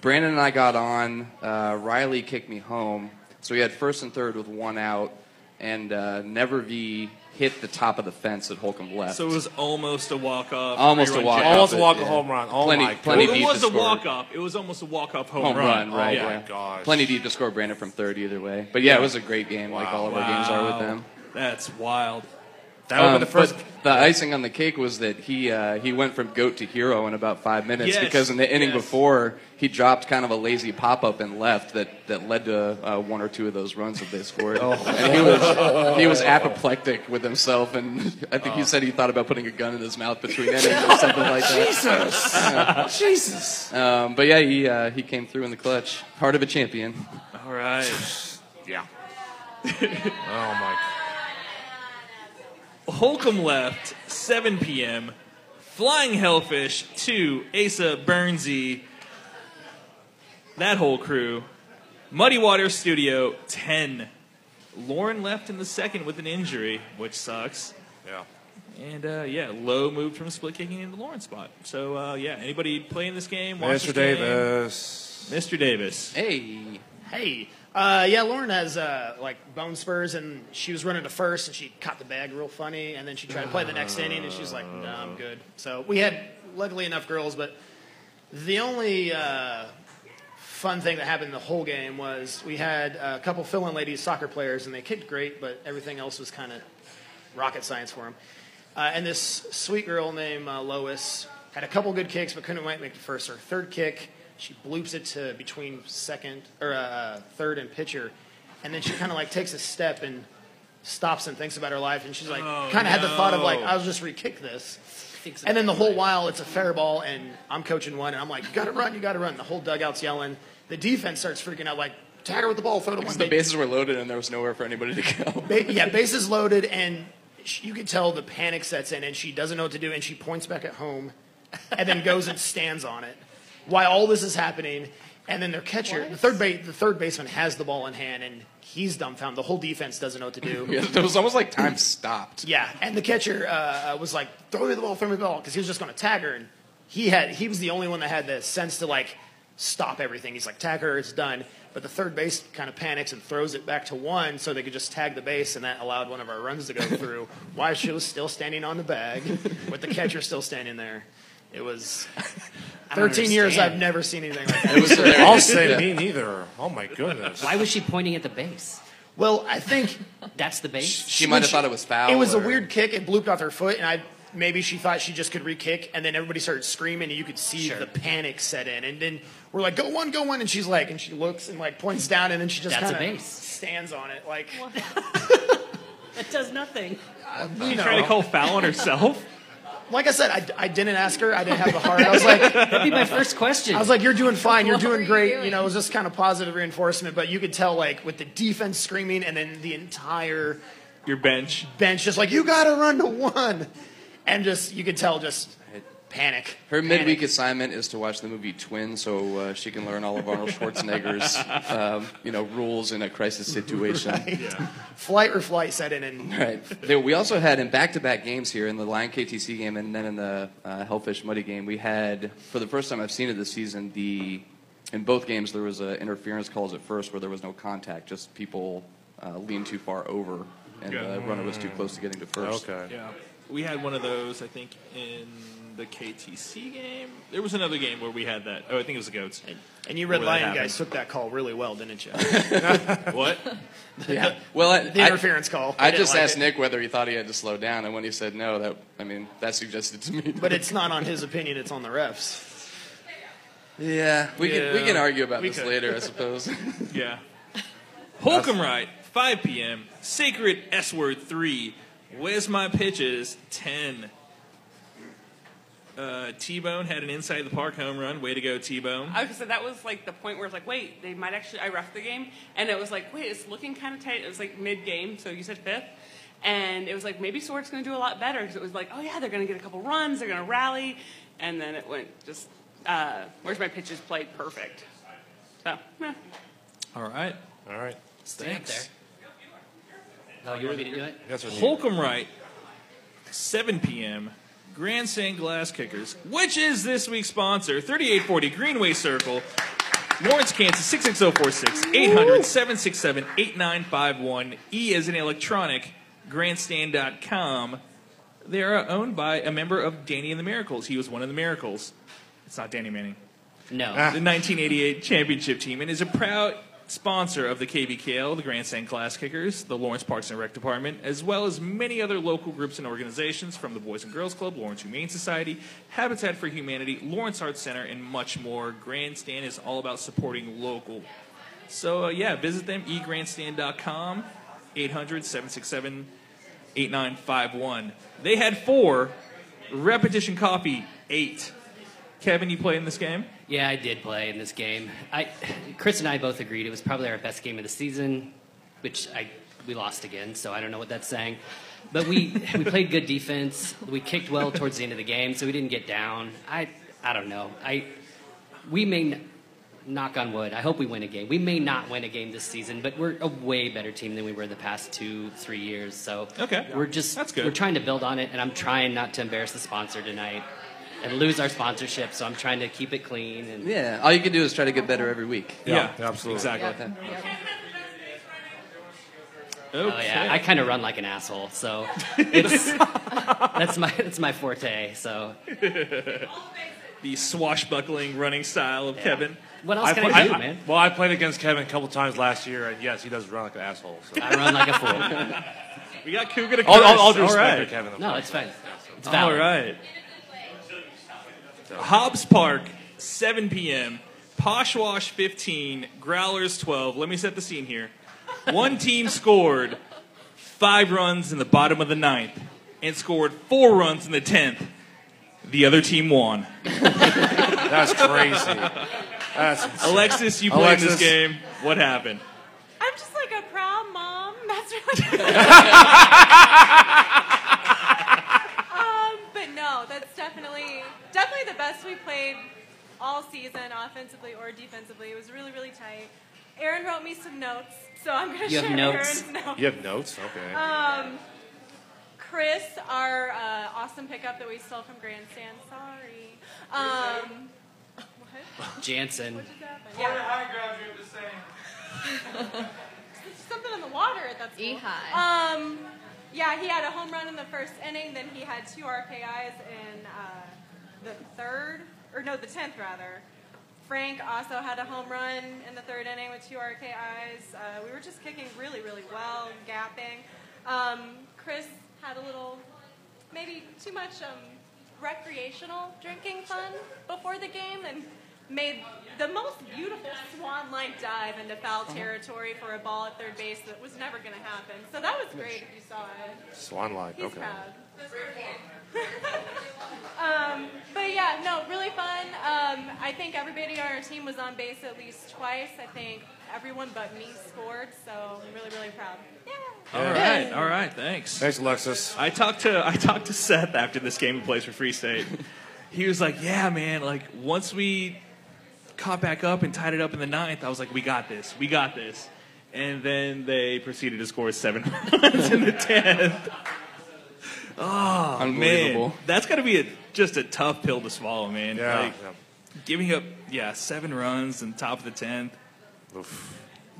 Brandon and I got on. Uh, Riley kicked me home. So we had first and third with one out. And uh, Never V hit the top of the fence that Holcomb left.
So it was almost a walk off.
Almost a walk-off, Almost a but, walk-off yeah. home run. Oh Plenty- my God. plenty
well, it
deep
was
to
a
score.
walk off. It was almost a walk off home, Oh
home run, right?
Yeah.
yeah. Plenty deep to score Brandon from third either way. But yeah, it was a great game, like all of our games are with
Wow.
them.
That's wild.
Um, but The icing on the cake was that he uh, he went from goat to hero in about five minutes
Yes,
because in the inning
yes.
before he dropped kind of a lazy pop up and left that, that led to uh, one or two of those runs that they scored. And he was he was apoplectic with himself, and I think he
Oh.
said he thought about putting a gun in his mouth between innings or something like that.
Jesus.
Yeah.
Jesus.
Um, but yeah, he uh, he came through in the clutch, heart of a champion.
All right.
yeah. oh my.
Holcomb left, 7 p.m. Flying Hellfish, 2. Asa Bernsey, that whole crew. Muddy Water Studio, 10. Lauren left in the second with an injury, which sucks.
Yeah.
And uh, yeah, Lowe moved from split kicking into Lauren's spot. So uh, yeah, anybody playing this game? Watch this
Mr. Davis.
game? Mr. Davis.
Hey.
Hey, uh, yeah, Lauren has uh, like bone spurs, and she was running to first, and she caught the bag real funny, and then she tried to play the next inning, and she's like, "No, I'm good." So we had luckily enough girls, but the only uh, fun thing that happened the whole game was we had a couple fill-in ladies, soccer players, and they kicked great, but everything else was kind of rocket science for them. Uh, and this sweet girl named uh, Lois had a couple good kicks, but couldn't quite make the first. Her third kick, she bloops it to between second or uh, third and pitcher, and then she kind of like takes a step and stops and thinks about her life, and she's like,
Oh,
kind of had the thought of like,
no.
I'll just re-kick this. And then the whole while, it's a fair ball, and I'm coaching one, and I'm like, you gotta run, you gotta run. The whole dugout's yelling. The defense starts freaking out, like, tag her with the ball, throw to one.
Because the
They-
bases were loaded and there was nowhere for anybody to go.
Ba- yeah, bases loaded, and sh- you can tell the panic sets in, and she doesn't know what to do, and she points back at home, and then goes and stands on it. While all this is happening, and then their catcher, the third ba- the third baseman, has the ball in hand, and he's dumbfounded. The whole defense doesn't know what to do.
Yeah, it was almost like time stopped.
Yeah, and the catcher uh, uh, was like, "Throw me the ball, throw me the ball," because he was just going to tag her, and he had he was the only one that had the sense to like stop everything. He's like, "Tag her, it's done." But the third base kind of panics and throws it back to one, so they could just tag the base, and that allowed one of our runs to go through. while she was still standing on the bag, with the catcher still standing there. It was
I don't
13 years
understand.
I've never seen anything like that.
I'll say me neither. Oh my goodness.
Why was she pointing at the base?
Well, I think
that's the base.
She might have thought it was foul.
It was
or-
a weird kick. It blooped off her foot, and I maybe she thought she just could re-kick, and then everybody started screaming, and you could see the panic set in. And then we're like, "Go one, go one," and she's like, and she looks and like points down, and then she just
That's a
kinda
base.
stands on it, like
That does nothing.
She trying to call foul on herself.
Like I said, I, I didn't ask her. I didn't have the heart. I was like, "That'd
be my first question."
I was like, "You're doing fine. You're
What were
doing
you
great."
doing?
You know, it was just kind of positive reinforcement. But you could tell, like, with the defense screaming, and then the entire
Your bench.
bench just like, "You got to run to one," and just you could tell just panic.
Her
panic.
midweek assignment is to watch the movie Twin, so uh, she can learn all of Arnold Schwarzenegger's, um, you know, rules in a crisis situation.
Right. Flight or flight set in, and
Right. There- we also had in back-to-back games here in the Lion KTC game and then in the uh, Hellfish Muddy game. We had for the first time I've seen it this season. The in both games there was uh, interference calls at first where there was no contact, just people uh, leaned too far over and
Yeah.
the runner was too close to getting to first.
Okay.
Yeah. we had one of those. I think in the KTC game, there was another game where we had that. Oh, I think it was the goats.
And you Red
Where that
Lion guys
happened.
took that call really well, didn't you?
what?
Yeah. Well, I,
the
I-
interference call.
I,
I didn't
just
like
asked
it.
Nick whether he thought he had to slow down, and when he said no, that I mean that suggested to me.
But it's not on his opinion; it's on the refs.
yeah, we can we
Yeah.
can argue about
We
this
could.
later, I suppose.
Yeah. Holcomb Ride, 5 p.m. Sacred S Word 3. Where's my pitches? 10. Uh, T Bone had an inside the park home run. Way to go, T Bone.
Okay, so that was like the point where it's like, wait, they might actually. I ref the game, and it was like, wait, it's looking kind of tight. It was like mid game, so you said fifth, and it was like maybe Swart's going to do a lot better because it was like, oh yeah, they're going to get a couple runs, they're going to rally, and then it went just. Uh, where's my pitches played perfect. So yeah.
All right.
All right.
Stay up there. No, you want me to do it?
Holcomb Wright, 7 p.m. Grand St. Glass Kickers, which is this week's sponsor, 3840 Greenway Circle, Lawrence, Kansas, 66046, 800 767 8951, E as in electronic, grandstand.com. They are owned by a member of Danny and the Miracles. He was one of the Miracles. It's not Danny Manning.
No.
The 1988 championship team and is a proud sponsor of the KBKL, the Grand St. Class Kickers, the Lawrence Parks and Rec Department, as well as many other local groups and organizations from the Boys and Girls Club, Lawrence Humane Society, Habitat for Humanity, Lawrence Arts Center, and much more. Grandstand is all about supporting local. So, uh, yeah, visit them, egrandstand.com, 800 767 8951. They had four, repetition copy, eight. Kevin, you play in this game?
Yeah, I did play in this game. I, Chris and I both agreed it was probably our best game of the season, which I we lost again, so I don't know what that's saying. But we we played good defense. We kicked well towards the end of the game, so we didn't get down. I I don't know. I we may n- knock on wood. I hope we win a game. We may not win a game this season, but we're a way better team than we were the past two three years. So
Okay.
we're just
That's good.
we're trying to build on it, and I'm trying not to embarrass the sponsor tonight and lose our sponsorship. So I'm trying to keep it clean and
yeah, all you can do is try to get better every week.
Yeah, Yeah,
absolutely.
exactly. Oh yeah, I kind of run like an asshole, so it's that's my that's my forte. So
the swashbuckling running style of Kevin.
What
well, I played against Kevin a couple times last year, and yes, he does run like an asshole. So.
I run like a fool.
we got Kuga to
All, all, all
curse.
due respect
right.
to Kevin. of
No,
course.
it's fine. It's
Oh.
All
valid.
right. Hobbs Park, 7 p.m. Poshwash 15, Growlers 12. Let me set the scene here. One team scored five runs in the bottom of the ninth and scored four runs in the tenth. The other team won.
That's crazy. That's insane.
Alexis, you played in
Alexis.
this game. What happened?
I'm just like a proud mom. That's really. um, but no, that's definitely definitely the best we played all season, offensively or defensively. It was really really tight. Aaron wrote me some notes, so I'm gonna
You have
share
notes?
Aaron's notes.
You have notes? Okay.
Um, Chris, our uh, awesome pickup that we stole from Grandstand. Sorry. Um,
Jansen.
yeah. Something on the water at that school. Um, yeah, he had a home run in the first inning. Then he had two RKIs in uh, the third, or no, the tenth rather. Frank also had a home run in the third inning with two RKIs. Uh, we were just kicking really, really well, gapping. Um, Chris had a little, maybe too much um, recreational drinking fun before the game and made the most beautiful swan line dive into foul territory for a ball at third base that was never going to happen. So that was great if you saw it.
Swan line.
He's
okay.
proud. um, but yeah, no, really fun. Um, I think everybody on our team was on base at least twice. I think everyone but me scored, so I'm really, really proud.
All right, all right, thanks. Thanks,
Alexis.
I talked to I talked to Seth after this game he plays for Free State. he was like, "Yeah, man. Like once we caught back up and tied it up in the ninth, I was like, we got this, we got this." And then they proceeded to score seven runs in the tenth. Oh man,
Unbelievable.
that's got to be a, just a tough pill to swallow, man.
Yeah.
Like, giving up yeah seven runs in the top of the tenth.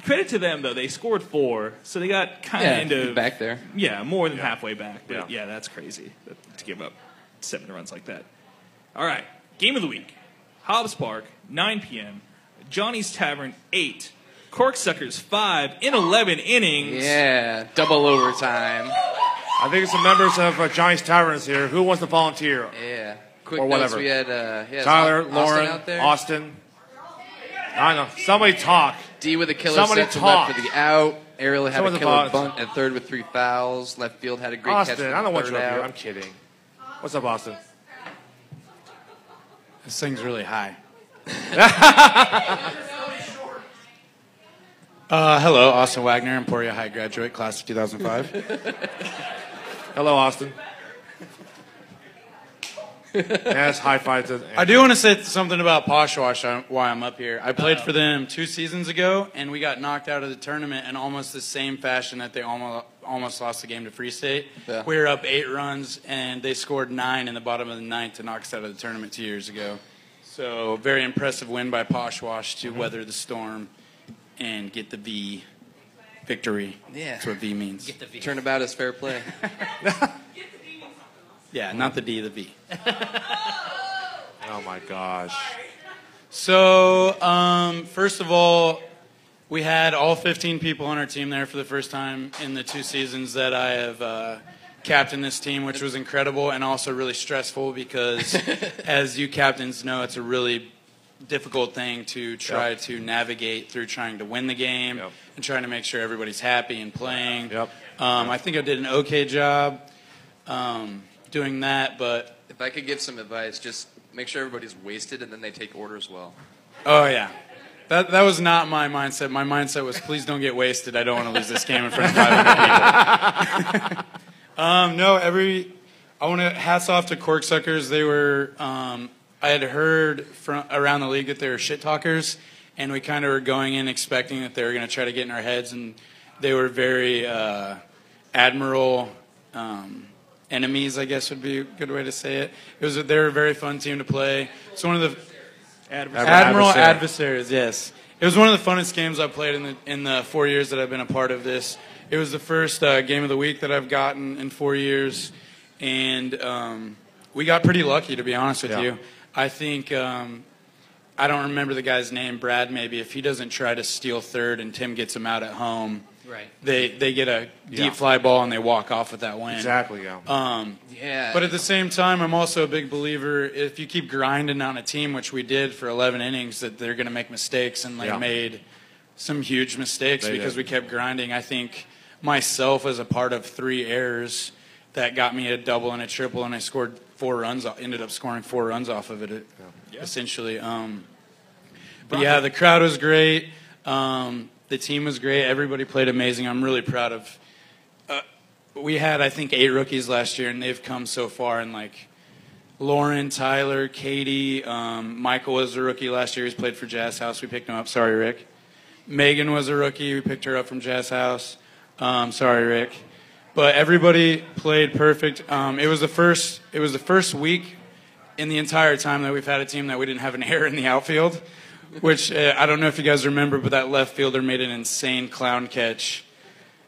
credit to them though, they scored four, so they got kind
Yeah,
of
back there.
Yeah, more than halfway back. But yeah. that's crazy that- to give up seven runs like that. All right, game of the week: Hobbs Park, 9 p.m. Johnny's Tavern, eight. Corksuckers, five in 11 innings.
Yeah, double overtime.
I think some members of uh, Johnny's Taverns here. Who wants to volunteer?
Yeah. Quick
or
notes,
whatever.
we had, uh, yeah, is
Tyler,
Austin
Lauren,
out there?
Austin. I don't know. Somebody talk.
D with a killer
Somebody
set to
talk.
left for the out. Ariel had
Someone
a killer
talk.
bunt at third with three fouls. Left field had a great
Austin,
catch. for
I
the
don't want
third
you up
out.
here. I'm kidding. What's up, Austin?
This thing's really high. Uh, hello, Austin Wagner, Emporia High graduate, class of 2005.
hello, Austin. yes, high five to.
I do want to say something about Poshwash on why I'm up here. I played for them two seasons ago, and we got knocked out of the tournament in almost the same fashion that they almost almost lost the game to Free State.
Yeah.
We were up eight runs, and they scored nine in the bottom of the ninth to knock us out of the tournament two years ago. So very impressive win by Poshwash
Mm-hmm.
to weather the storm and get the V victory.
Yeah.
That's what V means.
Get the V. Turnabout is fair play.
yeah, not the D, the V.
Oh my gosh.
So, um, first of all, we had all 15 people on our team there for the first time in the two seasons that I have uh, captained this team, which was incredible and also really stressful because, as you captains know, it's a really difficult thing to try
Yep.
to navigate through trying to win the game and trying to make sure everybody's happy and playing. Yep. Um, I think I did an okay job um, doing that, but
If I could give some advice, just make sure everybody's wasted and then they take orders well.
Oh yeah. That, that was not my mindset. My mindset was, please don't get wasted. I don't want to lose this game in front of 500 people. um, no, every. I want to hats off to Corksuckers. They were. Um, I had heard from around the league that they were shit talkers, and we kind of were going in expecting that they were going to try to get in our heads, and they were very uh, admiral um, enemies. I guess would be a good way to say it. It was. They were a very fun team to play. It's one of the Admiral adversaries, yes. It was one of the funnest games I played in the in the four years that I've been a part of this. It was the first uh, game of the week that I've gotten in four years, and um, we got pretty lucky, to be honest with
Yeah.
you. I think um, I don't remember the guy's name, Brad. Maybe if he doesn't try to steal third and Tim gets him out at home,
Right.
They they get a deep
Yeah.
fly ball and they walk off with that win.
Exactly, yeah.
Um,
Yeah.
But at the same time, I'm also a big believer if you keep grinding on a team, which we did for 11 innings, that they're going to make mistakes and like
Yeah.
made some huge mistakes
They
because
did.
we kept grinding. I think myself as a part of three errors that got me a double and a triple, and I scored four runs. Ended up scoring four runs off of it, it- essentially. Um, but yeah, the crowd was great. Um, the team was great. Everybody played amazing. I'm really proud of. Uh, we had, I think, eight rookies last year, and they've come so far. And like Lauren, Tyler, Katie, um, Michael was a rookie last year. He's played for Jazz House. We picked him up. Sorry, Rick. Megan was a rookie. We picked her up from Jazz House. Um, sorry, Rick. But everybody played perfect. Um, it was the first. It was the first week in the entire time that we've had a team that we didn't have an error in the outfield, which uh, I don't know if you guys remember, but that left fielder made an insane clown catch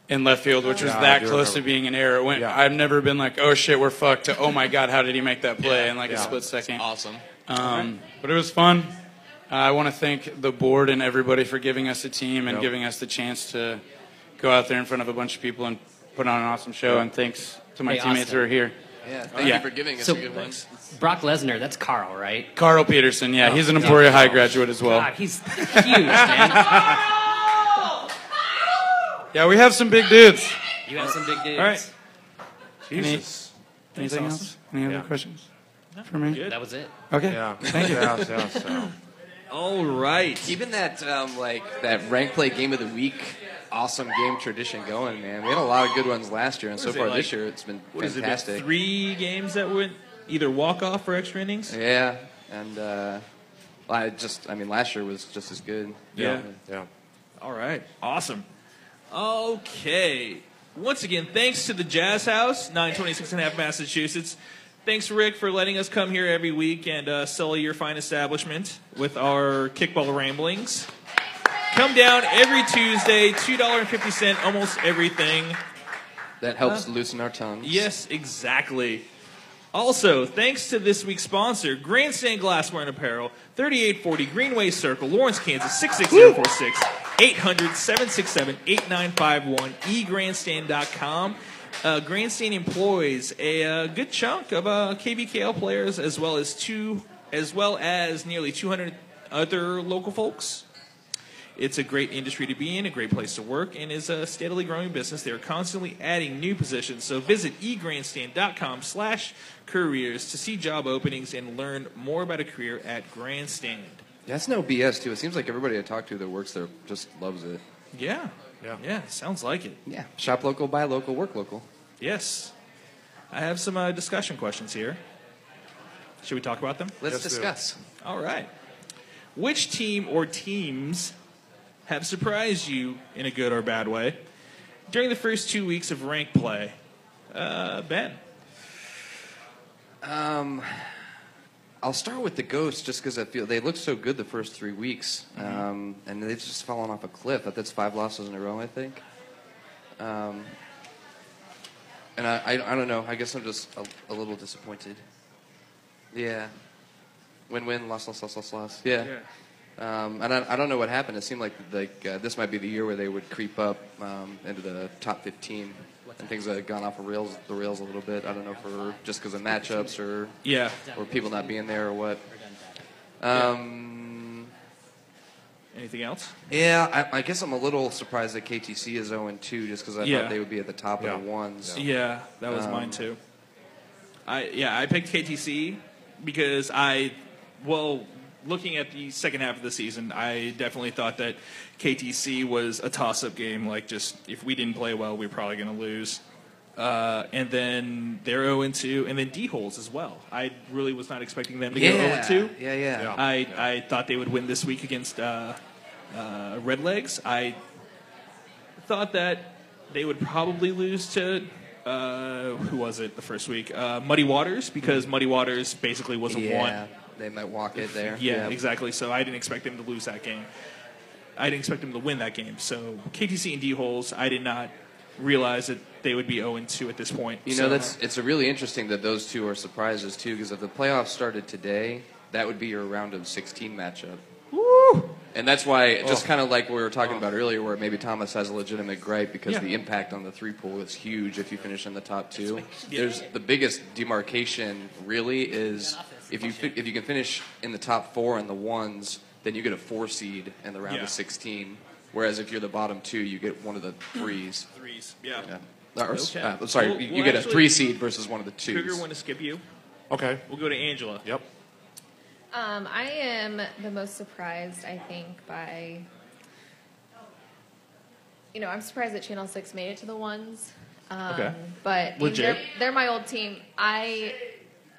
in left field, which was
Yeah, I
that
do
close to
remember.
being an error. It went, I've never been like, oh shit, we're fucked, to oh my god, how did he make that play in like a
Yeah.
split second?
Awesome.
Um, But it was fun. Uh, I want to thank the board and everybody for giving us a team and
Yep.
giving us the chance to go out there in front of a bunch of people and put on an awesome show. And thanks to my
Hey,
teammates
Austin.
who are here.
Yeah, thank you for giving us
So,
a good one.
Brock Lesnar, that's Carl, right?
Carl Peterson, yeah,
Oh,
he's an
yeah.
Emporia High graduate as well.
God, he's huge, man.
Yeah, we have some big dudes.
You have some big dudes.
All right. Any-
Jesus.
anything
Thanks,
else? Any other questions for me?
That was it.
Okay.
Yeah.
Thank you.
Yeah, yeah, so.
All right. Keeping that um, like that rank play game of the week, awesome game tradition going, man. We had a lot of good ones last year, and
What
so
is it,
far
like-
this year it's been
What has it been,
fantastic.
three games that went either walk off or extra innings.
yeah, and uh, I just I mean last year was just as good.
Yeah.
yeah.
All right. Awesome. Okay. Once again, thanks to the Jazz House, 926 and a half Massachusetts. Thanks, Rick, for letting us come here every week and uh, sully your fine establishment with our kickball ramblings. Come down every Tuesday, $2.50, almost everything.
That helps
Huh?
loosen our tongues.
Yes, exactly. Also, thanks to this week's sponsor, Grandstand Glassware and Apparel, 3840 Greenway Circle, Lawrence, Kansas, 66046, 800 767 8951, egrandstand.com. Uh, Grandstand employs a uh, good chunk of uh, KBKL players as well as two, as well as nearly 200 other local folks. It's a great industry to be in, a great place to work, and is a steadily growing business. They are constantly adding new positions. So visit egrandstand.com slash careers to see job openings and learn more about a career at Grandstand.
That's no BS too. It seems like everybody I talk to that works there just loves it.
Yeah. Yeah. Yeah. Sounds like it.
Yeah. Shop local, buy local, work local.
Yes. I have some uh, discussion questions here. Should we talk about them?
Let's Yes, do. discuss.
All right. Which team or teams have surprised you in a good or bad way during the first two weeks of rank play? Uh, ben.
Um, I'll start with the Ghosts just because I feel they looked so good the first three weeks, um, and they've just fallen off a cliff. That's five losses in a row, I think. Um, and I, I, I don't know. I guess I'm just a, a little disappointed. Yeah. Win win loss loss loss loss loss. Yeah. Um, and I, I don't know what happened. It seemed like like uh, this might be the year where they would creep up um, into the top 15, and things had gone off the rails the rails a little bit. I don't know for just because of matchups or
Yeah.
or people not being there or what. Um,
Anything else?
yeah, I, I guess I'm a little surprised that KTC is 0 2 just because I
Yeah.
thought they would be at the top
Yeah.
of the ones.
Yeah, that was mine
Um,
too. I yeah, I picked KTC because I well, looking at the second half of the season, I definitely thought that KTC was a toss-up game. Like, just if we didn't play well, we were probably going to lose. Uh, and then they're 0 2, and then D holes as well. I really was not expecting them to
Yeah,
go 0 2.
yeah, yeah. Yeah.
I, I thought they would win this week against uh, uh, Red Legs. I thought that they would probably lose to uh, who was it the first week? Uh, Muddy Waters because Muddy Waters basically was a
Yeah,
one.
They might walk it there.
Yeah,
Yeah.
exactly. So I didn't expect them to lose that game. I didn't expect them to win that game. So KTC and D holes, I did not realize that they would be 0 2 at this point.
You
So-
know, that's it's really interesting that those two are surprises too, because if the playoffs started today, that would be your round of 16 matchup.
Woo!
And that's why, just
Oh.
kind of like we were talking about earlier, where maybe Thomas has a legitimate gripe because
Yeah.
the impact on the three pool is huge if you finish in the top two. There's the biggest demarcation really is if you fi- if you can finish in the top four and the ones, then you get a four seed in the round
Yeah.
of 16. Whereas if you're the bottom two, you get one of the threes.
Threes, yeah.
Or- or-
Okay.
uh, sorry,
We'll-
you, you
we'll
get a
actually-
three seed versus one of the twos.
Cougar, want to skip you?
Okay.
We'll go to Angela.
Yep.
Um, I am the most surprised, I think, by. You know, I'm surprised that Channel 6 made it to the ones. Um,
Okay.
But
Legit.
they're, they're my old team. I.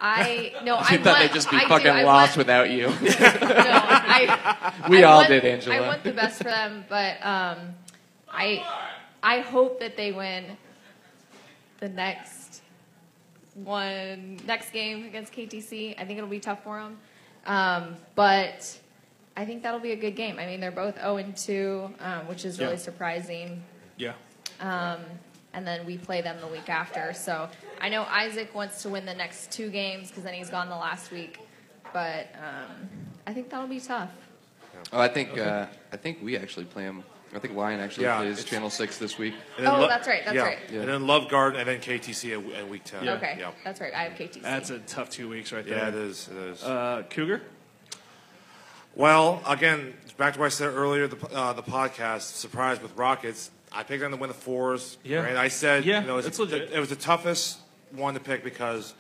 I no. I
you thought
want-
they'd just be
I do,
fucking
I
lost
want-
without you.
I,
We
I
all
want-
did, Angela.
I want the best for them, but um, I I hope that they win the next one next game against KTC. I think it'll be tough for them, um, but I think that'll be a good game. I mean, they're both zero and two, um, which is really
Yeah.
surprising.
Yeah.
Um, and then we play them the week after. So I know Isaac wants to win the next two games because then he's gone the last week. But um, I think that'll be tough.
Oh, I think
Okay.
uh, I think we actually play him. I think Lion actually
Yeah,
plays
it's-
Channel Six this week.
And then
Oh,
Lo-
that's right, that's
yeah.
right.
And then Love Garden, and then KTC at, at week ten.
okay,
Yeah.
that's right. I have KTC.
That's a tough two weeks right there.
Yeah, it is. It is.
Uh, Cougar?
Well, again, back to what I said earlier, the, uh, the podcast, surprise with Rockets. I picked them to win the fours.
Yeah.
Right? I said,
Yeah,
you know, it was,
that's legit.
it was the toughest one to pick because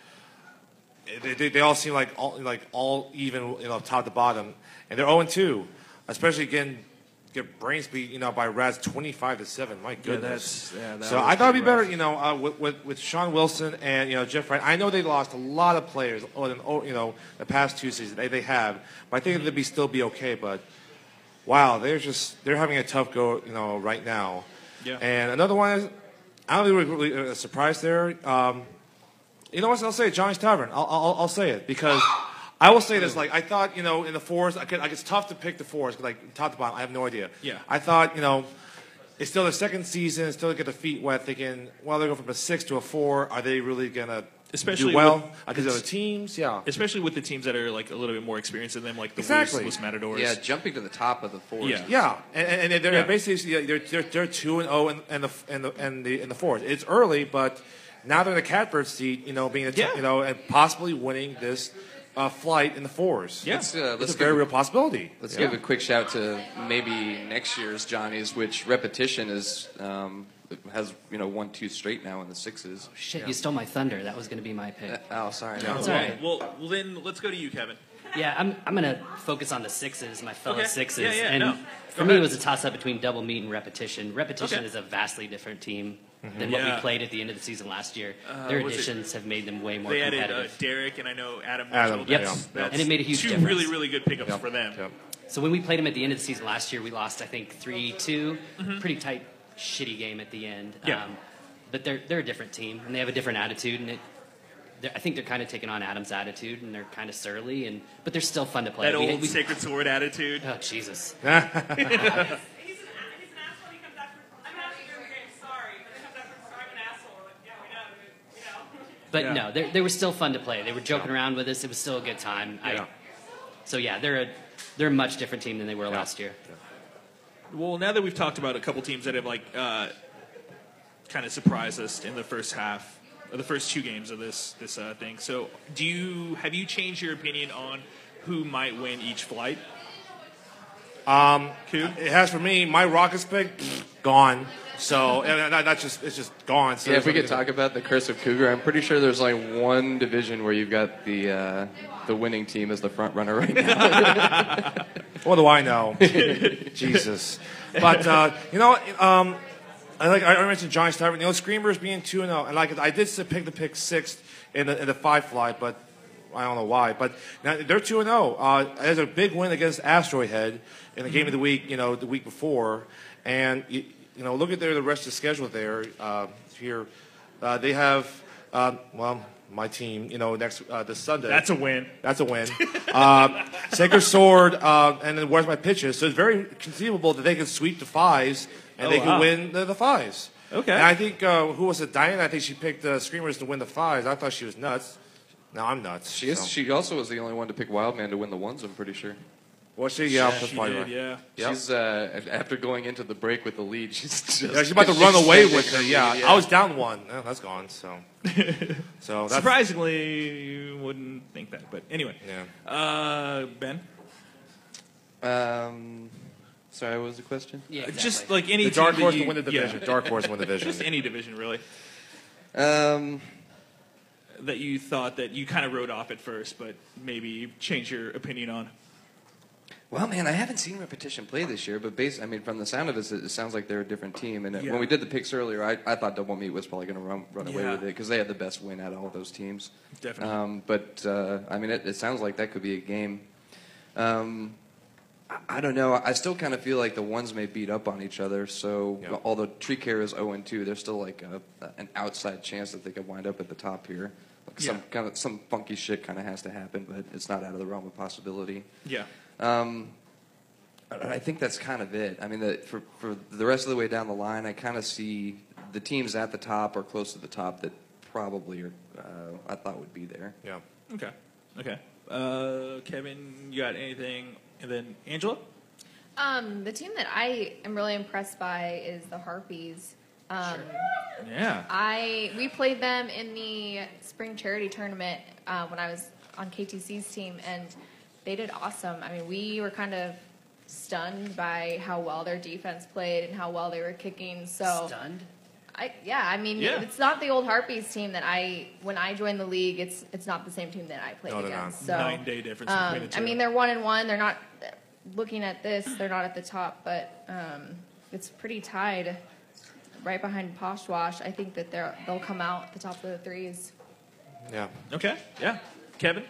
they, they, they all seem like all, like all even, you know, top to bottom. And they're 0 2, especially getting get brains beat, you know, by Raz 25 to 7. My goodness.
that's- yeah, that
so
was
I thought it'd be
pretty
better, you know, uh, with, with, with Sean Wilson and, you know, Jeff Wright. I know they lost a lot of players, oh, and, oh, you know, the past two seasons. They, they have. But I think they'd be, still be okay. But wow, they're just, they're having a tough go, you know, right now.
Yeah.
And another one is, I don't think we're really uh, surprised there. Um, you know what? I'll say it, Johnny's Tavern. I'll, I'll, I'll say it because I will say this: like I thought, you know, in the fours, I could, like, it's tough to pick the fours, 'cause, like top to bottom, I have no idea.
Yeah.
I thought, you know, it's still their second season, it's still get their feet wet, thinking, well, they go from a six to a four. Are they really gonna
Especially
do well
with-
against other teams? Yeah.
Especially with the teams that are like a little bit more experienced than them, like the
Exactly.
Wolves, Matadors.
Yeah,
jumping to the top of the fours.
Yeah.
Yeah, and, and, and they're
Yeah.
basically yeah, they're, they're they're two and zero and and the and the and the in the fourth. It's early, but now they're in the catbird seat. You know, being the you know and possibly winning this uh, flight in the fours.
Let's, uh, let's
it's a very
give-
real possibility.
Let's
Yeah.
give a quick shout to maybe next year's Johnny's, which repetition is um, has you know one two straight now in the sixes.
Oh, Shit, you stole my thunder. That was going to be my pick.
Oh, sorry.
That's all right.
Well, well, then let's go to you, Kevin.
Yeah, I'm, I'm going to focus on the sixes, my fellow
Okay.
sixes.
Yeah, yeah,
and
no.
for
Go
me,
ahead.
it was a toss up between double meet and repetition. Repetition
Okay.
is a vastly different team
Mhm.
than what
Yeah.
we played at the end of the season last year.
Uh,
Their
was it-
additions have made them way more
they added
competitive.
uh, Derek and I know Adam.
Adam,
Mitchell.
yeah.
That's-
Yep.
that's
And it made a huge
two
difference.
really really good pickups
Yep.
for them.
So when we played them at the end of the season last year, we lost I think three two, pretty tight, shitty game at the end.
Mm-hmm. Yeah.
Um, but they're they're a different team and they have a different attitude and it. they're- I think they're kind of taking on Adam's attitude and they're kind of surly and but they're still fun to play.
That
We-
old
we-
sacred sword attitude.
Oh Jesus. But
Yeah.
no, they, they were still fun to play. They were joking around with us. It was still a good time. I, so yeah, they're a they're a much different team than they were last year.
Well, now that we've talked about a couple teams that have like uh, kind of surprised us in the first half, or the first two games of this this uh, thing. So, do you have you changed your opinion on who might win each flight?
Um, it has for me my Rockets pick pfft, gone. So and, and that- that's just it's just gone. So
yeah, if we could talk about the curse of Cougar, I'm pretty sure there's only one division where you've got the uh, the winning team as the front runner right now.
What do I know? Jesus. But uh, you know, um, I like I already mentioned Johnny Stuyvesant. You know, Screamers being two and zero, and like I did s- pick the pick sixth in the in the five fly, but I don't know why. But now they're two and zero. Uh, There's a big win against Asteroid Head in the game of the week. You know, the week before, and you, you know, look at their the rest of the schedule there. Uh, here, uh, they have uh, well. My team, you know, next uh, this Sunday.
That's a win.
That's a win. uh, Sacred Sword, uh, and then Where's My Pitches. So it's very conceivable that they can sweep the fives and
Oh,
they can
wow.
win the, the fives.
Okay.
And I think, uh, who was it? Diana, I think she picked uh, Screamers to win the fives. I thought she was nuts. No, I'm nuts.
she is,
so.
she also was the only one to pick Wildman to win the ones. I'm pretty sure.
Was she? Yeah, Yeah, that's she probably did, right.
yeah.
She's uh, after going into the break with the lead. She's just
Yeah, she's about to run away
sending
with
her
it. Yeah.
lead,
I was down one. Yeah, that's gone. So, so Oh, that's
Surprisingly, you wouldn't think that. But anyway,
Yeah.
uh, Ben,
Um, sorry, what was the question?
Yeah,
just like any
The dark
team that
horse to
you-
win the
yeah.
division. Dark horse to win the division.
Just any division, really.
Um,
that you thought that you kind of wrote off at first, but maybe you changed your opinion on.
Well, man, I haven't seen repetition play this year, but based, I mean, from the sound of it, it sounds like they're a different team. And it-
Yeah.
when we did the picks earlier, I, I thought Double Meat was probably going to run, run away
Yeah.
with it because they had the best win out of all those teams.
Definitely.
Um, but uh, I mean, it, it sounds like that could be a game. Um, I, I don't know. I still kind of feel like the ones may beat up on each other. So although Tree Care is zero and two, there's still like a, an outside chance that they could wind up at the top here. Like
Yeah.
Some kind of some funky shit kind of has to happen, but it's not out of the realm of possibility.
Yeah.
Um, I I think that's kind of it. I mean, the, for for the rest of the way down the line, I kind of see the teams at the top or close to the top that probably are, uh, I thought would be there.
Yeah.
Okay. Okay. Uh, Kevin, you got anything? And then Angela.
Um, the team that I am really impressed by is the Harpies. Um,
Yeah.
I we played them in the spring charity tournament uh, when I was on KTC's team, and they did awesome. I mean, we were kind of stunned by how well their defense played and how well they were kicking. So
stunned.
I, yeah, I mean,
Yeah.
it's not the old Harpies team that I when I joined the league. It's it's not the same team that I played
No, they're
against.
not.
So
Nine day difference
um,
between the
I
two.
mean, they're one and one. They're not looking at this. They're not at the top, but um, it's pretty tied, right behind Poshwash. I think that they're they'll come out at the top of the threes.
Yeah.
Okay. Yeah. Kevin.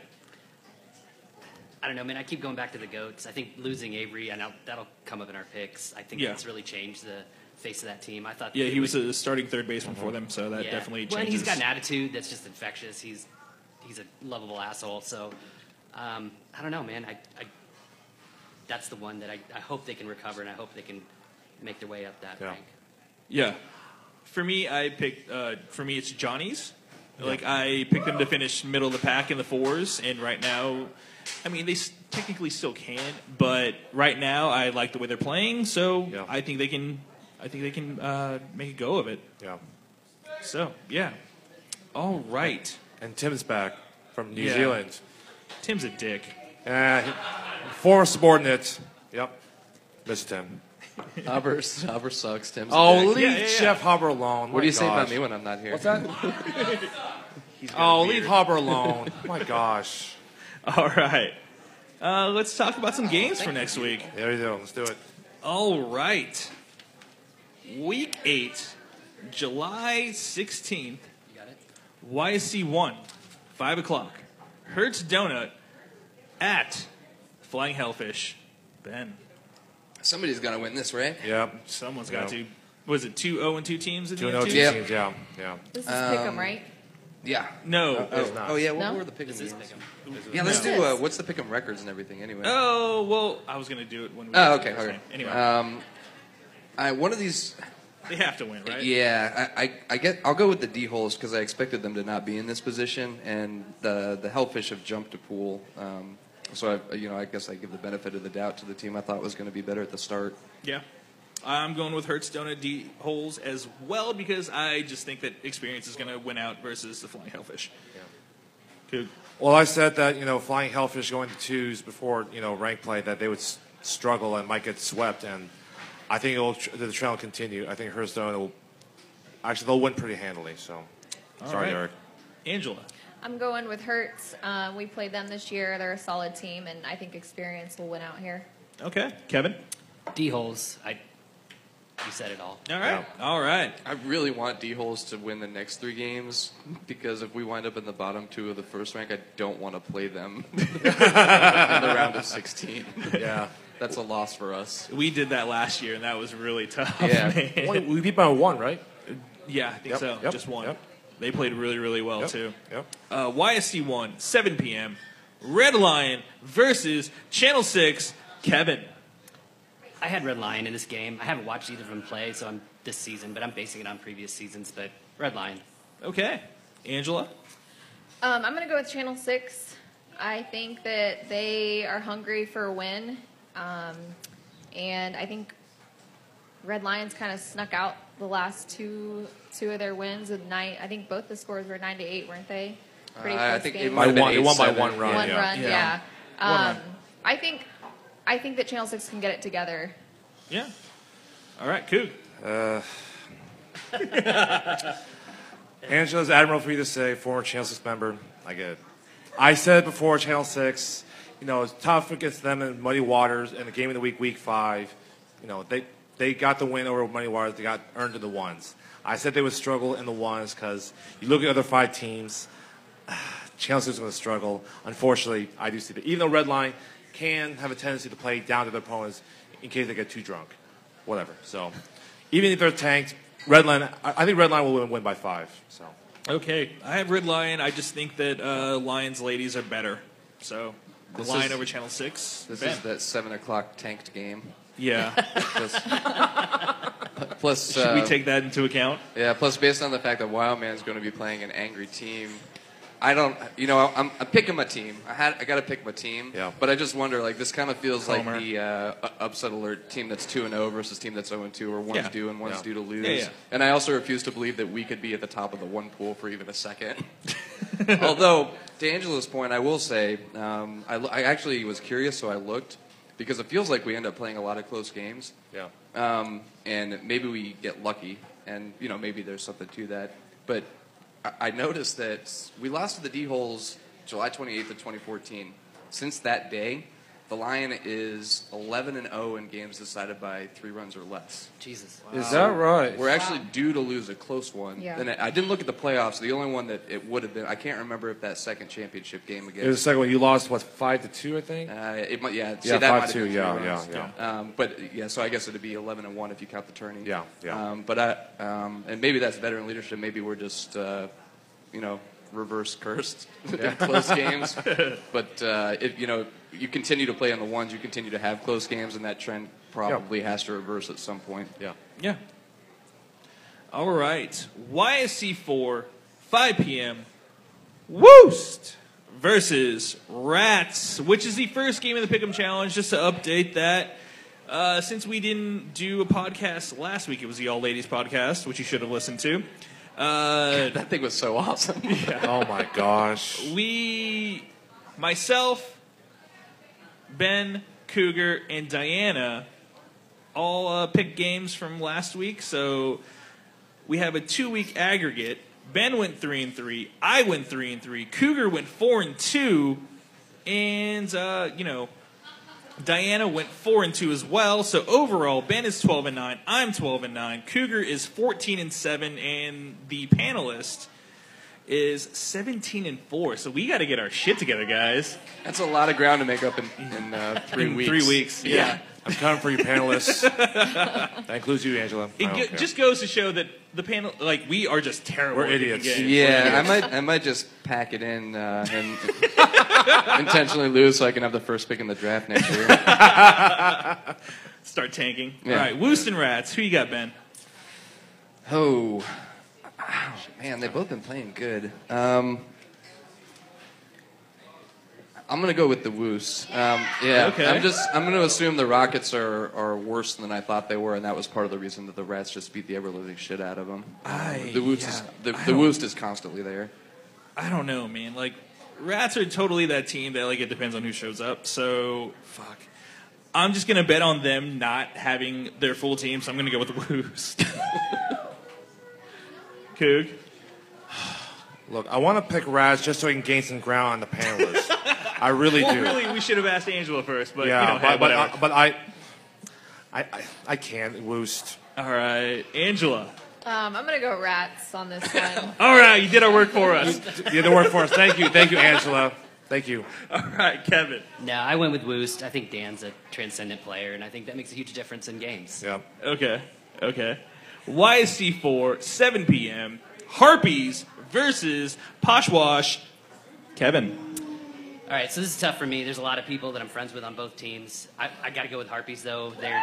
I don't know, man. I keep going back to the goats. I think losing Avery, and I'll, that'll come up in our picks. I think
Yeah.
that's really changed the face of that team. I thought.
Yeah,
they
he was
would-
a starting third baseman for them, so that
Yeah.
definitely
Well, and
changes.
he's got an attitude that's just infectious. He's he's a lovable asshole. So Um, I don't know, man. I, I that's the one that I, I hope they can recover, and I hope they can make their way up that rank.
Yeah. For me, I picked. Uh, for me, it's Johnny's. Like I picked them to finish middle of the pack in the fours, and right now, I mean they s- technically still can, but right now I like the way they're playing, so I think they can. I think they can uh, make a go of it.
Yeah.
So yeah. All right.
And Tim's back from New
Yeah.
Zealand.
Tim's a dick.
Uh, former subordinate. Yep. Miss Tim.
Hubber, Hubber sucks. Tim's a
Oh,
dick.
leave Jeff Hubber alone.
What
My
do you say about
gosh.
me when I'm not here?
What's that?
got
oh,
a
leave
beard.
Hubber alone. My gosh.
All right. Uh, let's talk about some games for next week.
There you go. Let's do it.
All right. Week 8, July 16th. You got it? YSC 1, 5 o'clock. Hertz Donut at Flying Hellfish. Ben.
Somebody's got to win this, right?
Yep.
Someone's got to. Was it two zero and 2 teams? In
Two
the
and oh
end,
two
too?
teams, yeah, yeah. This is pick 'em, right? Um, Yeah.
No.
Oh,
it's not.
oh, yeah. What
No?
were the pick'em?
This is
games?
pick'em.
Yeah, let's
No.
do uh, what's the pick'em records and everything anyway.
Oh, well, I was going to do it when we
Oh,
did
okay.
the first
Okay.
name. Anyway,
Um, I one of these.
they have to win, right?
Yeah, I, I, I get. I'll go with the D holes because I expected them to not be in this position, and the the Hellfish have jumped a pool. Um, so I, you know, I guess I give the benefit of the doubt to the team I thought was going to be better at the start.
Yeah. I'm going with Hertz Donut D holes as well because I just think that experience is going to win out versus the Flying Hellfish.
Well, I said that you know, flying hellfish going to twos before you know rank play that they would s- struggle and might get swept, and I think it'll tr- the trend will continue. I think Hearthstone will actually they'll win pretty handily. So,
All
sorry,
right.
Eric.
Angela.
I'm going with Hertz. Um, we played them this year. They're a solid team, and I think experience will win out here.
Okay, Kevin.
D holes. I. You said it all.
All right. All right.
I really want D holes to win the next three games because if we wind up in the bottom two of the first rank, I don't want to play them in the round of 16.
Yeah.
That's a loss for us.
We did that last year, and that was really tough.
Yeah.
man.
Only- we beat by one, right?
Yeah, I think
Yep,
so.
yep,
Just one.
yep.
They played really, really well
Yep,
too.
yep.
Uh, YSC one, seven p.m. Red Lion versus Channel Six. Kevin.
I had Red Lion in this game. I haven't watched either of them play, so I'm this season, but I'm basing it on previous seasons. But Red Lion.
Okay. Angela.
Um, I'm going to go with Channel 6. I think that they are hungry for a win. Um, and I think Red Lions kind of snuck out the last two two of their wins of night. I think both the scores were 9 to 8, weren't they?
Uh, I
close
think it
game.
might have By been one-
they won by one run,
One
yeah.
run,
Yeah.
yeah.
One
Um,
run.
I think I think that Channel 6 can get it together.
Yeah. All right, Coog.
Uh, Angela's admiral for you to say, former Channel 6 member. I get it. I said before, Channel 6, you know, it's tough against them in Muddy Waters and the game of the week, week five. You know, they, they got the win over Muddy Waters. They got earned in the ones. I said they would struggle in the ones because you look at the other five teams, Channel 6 is going to struggle. Unfortunately, I do see that. Even though Redline can have a tendency to play down to their opponents in case they get too drunk. Whatever. So even if they're tanked, Redline, I I think Redline will win, win by five. So
Okay, I have Red Lion. I just think that uh, Lions ladies are better. So
This
Lion
is-
over Channel Six.
This
Ben.
is that 7 o'clock tanked game.
Yeah.
plus, plus,
Should we
uh,
take that into account?
Yeah, plus based on the fact that Wild Man's going to be playing an angry team, I don't, you know, I'm, I'm picking my team. I had, I got to pick my team.
Yeah.
But I just wonder, like, this kind of feels
Homer.
like the uh, u- upset alert team that's two and zero versus team that's zero and two, or one's
Yeah.
due and one's
Yeah.
due to lose.
Yeah, yeah.
And I also refuse to believe that we could be at the top of the one pool for even a second. Although, to Angela's point, I will say, um, I, lo- I actually was curious, so I looked because it feels like we end up playing a lot of close games.
Yeah.
Um, and maybe we get lucky, and you know maybe there's something to that. But I, I noticed that we lost to the D holes July 28th of 2014. Since that day, the Lion is 11 and 0 in games decided by three runs or less.
Jesus,
Is that right?
We're actually due to lose a close one.
Yeah.
And I I didn't look at the playoffs. The only one that it would have been, I can't remember if that second championship game against
it was the second one. You lost what five to two, I think.
uh, it might, yeah. See,
Yeah,
that
five,
might have
two,
been
yeah,
three
yeah,
runs.
yeah.
Um, but yeah, so I guess it'd be eleven and one if you count the turning.
Yeah, yeah.
Um, but I, um, and maybe that's veteran leadership. Maybe we're just, uh, you know, reverse cursed
Yeah.
in close games. But uh, if you know you continue to play on the ones, you continue to have close games, and that trend probably has to reverse at some point. Yeah.
Yeah. All right. YSC 4, 5 p.m. Woost versus Rats, which is the first game of the Pick'em Challenge, just to update that. Uh, since we didn't do a podcast last week, it was the All Ladies podcast, which you should have listened to. Uh,
that thing was so awesome.
Oh my gosh.
We, myself, Ben, Cougar, and Diana all uh, picked games from last week. So we have a two week aggregate. Ben went three and three. I went three and three. Cougar went four and two, and uh, you know, Diana went four and two as well. So overall, Ben is twelve and nine. I'm twelve and nine. Cougar is fourteen and seven, and the panelist is seventeen and four. So we got to get our shit together, guys.
That's a lot of ground to make up in, in uh, three
In
weeks.
three weeks, yeah.
I'm coming for you, panelists. that includes you, Angela. I
It
don't
go-
care.
just goes to show that the panel, like we are just terrible.
We're
at picking
idiots.
games.
Yeah, I might I might just pack it in uh, and intentionally lose so I can have the first pick in the draft next year.
Start tanking.
Yeah.
All right, Wooston Rats. Who you got, Ben?
Oh, Ow, man, they've both been playing good. Um, I'm gonna go with the Woos. Um, yeah,
Okay.
I'm just I'm gonna assume the Rockets are, are worse than I thought they were, and that was part of the reason that the Rats just beat the ever living shit out of them.
I-
the Woos
yeah,
is the,
I
the
don't-
Woos is constantly there.
I don't know, man. Like, rats are totally that team that like it depends on who shows up. So fuck. I'm just gonna bet on them not having their full team. So I'm gonna go with the Woos. Coog.
Look, I want to pick Raz just so he can gain some ground on the panelists. I really
well,
do.
Really, we should have asked Angela first, but
yeah,
you know, hey,
but, but,
whatever.
I, but I, I, I, I can't. Woost.
All right, Angela.
Um, I'm gonna go rats on this one.
All right, you did our work for us.
You did the work for us. Thank you, thank you, Angela. Thank you.
All right, Kevin.
No, I went with Woost. I think Dan's a transcendent player, and I think that makes a huge difference in games.
Yeah.
Okay. Okay. YSC four seven p.m. Harpies versus Poshwash. Kevin.
All right, so this is tough for me. There's a lot of people that I'm friends with on both teams. I, I got to go with Harpies, though. They're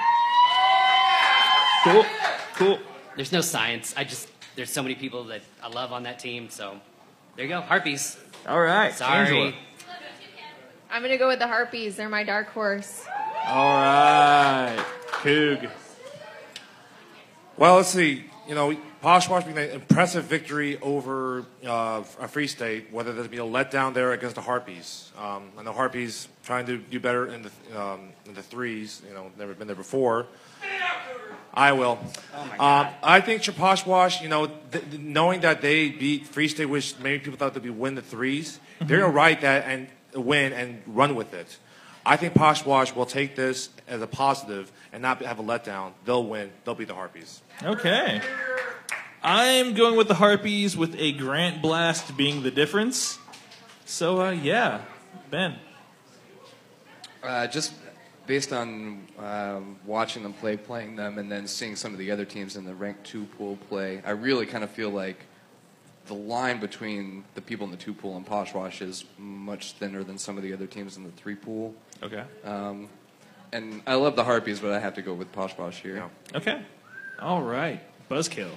cool. Cool.
There's no science. I just there's so many people that I love on that team. So there you go, Harpies.
All right,
Sorry.
Angela.
I'm gonna go with the harpies. They're my dark horse.
All right, Coog.
Well, let's see. You know, Poshwash being an impressive victory over uh, a Free State, whether there's been a letdown there against the Harpies. Um, and the Harpies trying to do better in the, um, in the threes, you know, never been there before. I will.
Oh, my
Um, I think Chaposhwash, you know, th- th- knowing that they beat Free State, which many people thought they'd be win the 3s
Mm-hmm.
they they're gonna ride that and win and run with it. I think Poshwash will take this as a positive and not have a letdown. They'll win. They'll beat the Harpies.
Okay. I'm going with the Harpies with a Grant Blast being the difference. So uh, yeah, Ben.
Uh, just based on um, watching them play, playing them, and then seeing some of the other teams in the rank two pool play, I really kind of feel like the line between the people in the two pool and Poshwash is much thinner than some of the other teams in the three pool.
Okay.
Um, and I love the Harpies, but I have to go with Poshwash here.
Okay. All right, Buzzkill.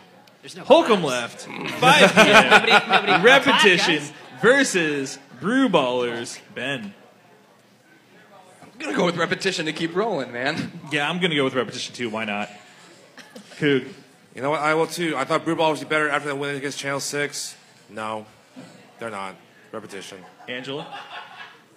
There's no
Holcomb
claps.
left. Five p.m.
Nobody- nobody-
Repetition
Clap,
versus Brew Ballers. Ben.
I'm gonna go with repetition to keep rolling, man.
Yeah, I'm gonna go with repetition too. Why not? Coog.
You know what? I will too. I thought Brewball would be better after that win against Channel 6. No, they're not. Repetition.
Angela?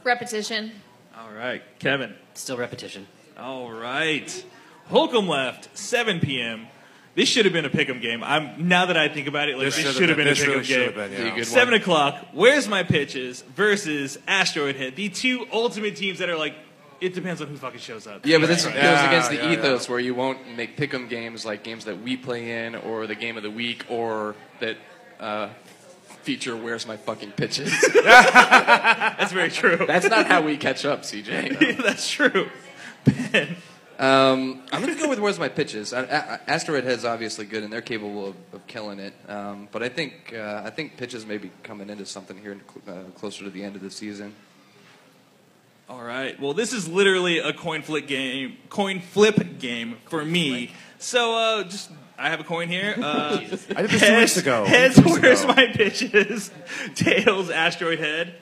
Repetition.
All right, Kevin.
Still repetition.
All right, Holcomb left. 7 p.m. This should have been a pick'em game. I'm now that I think about it, like
This
this,
should have
should have
been-
been, a
this
pick'em
really should
game.
have been, yeah. Be a good one.
Seven o'clock. Where's my pitches versus Asteroid Head? The two ultimate teams that are like, it depends on who fucking shows up.
Yeah, but this
Right.
goes against the ethos where you won't make pick'em games like games that we play in, or the game of the week, or that uh, feature "Where's My Fucking Pitches." That's
very true.
That's not how we catch up, CJ.
That's true.
Um, I'm going to go with where's my pitches. I, I, Asteroid Head's obviously good, and they're capable of, of killing it. Um, but I think uh, I think pitches may be coming into something here uh, closer to the end of the season.
All right. Well, this is literally a coin flip game. Coin flip game for me. So uh, just I have a coin here. Uh,
I did this two weeks ago.
Heads,
Two weeks
where's
ago.
my pitches? Tails, asteroid head.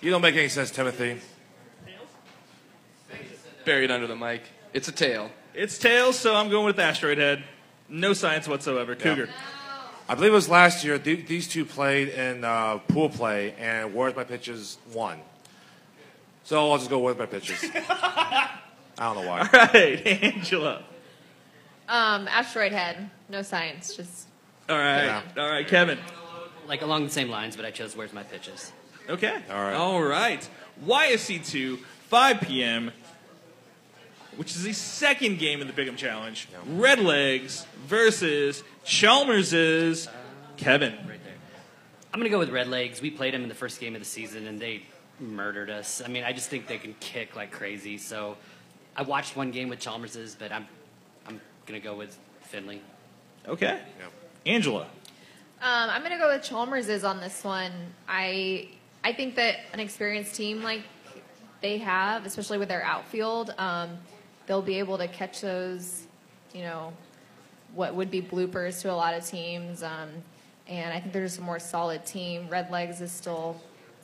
You don't make any sense, Timothy.
Buried under the mic. It's a tail.
It's tails, so I'm going with asteroid head. No science whatsoever. Cougar.
I believe it was last year. th- These two played in uh, pool play, and where's my pitches won. So I'll just go with my pitches. I don't know why.
All right, Angela.
Um, asteroid head. No science. Just
All right. All right, Kevin.
Like along the same lines, but I chose Where's My Pitches.
Okay. All right. All right. YSC2, 5 p.m., which is the second game in the Bigum Challenge. Red Legs versus Chalmers's Kevin.
I'm going to go with Red Legs. We played them in the first game of the season, and they murdered us. I mean, I just think they can kick like crazy. So I watched one game with Chalmers's, but I'm, I'm going to go with Finley.
Okay. Angela.
Um, I'm gonna go with Chalmers's on this one. I I think that an experienced team like they have, especially with their outfield, um, they'll be able to catch those, you know, what would be bloopers to a lot of teams. Um, and I think they're just a more solid team. Red Legs is still,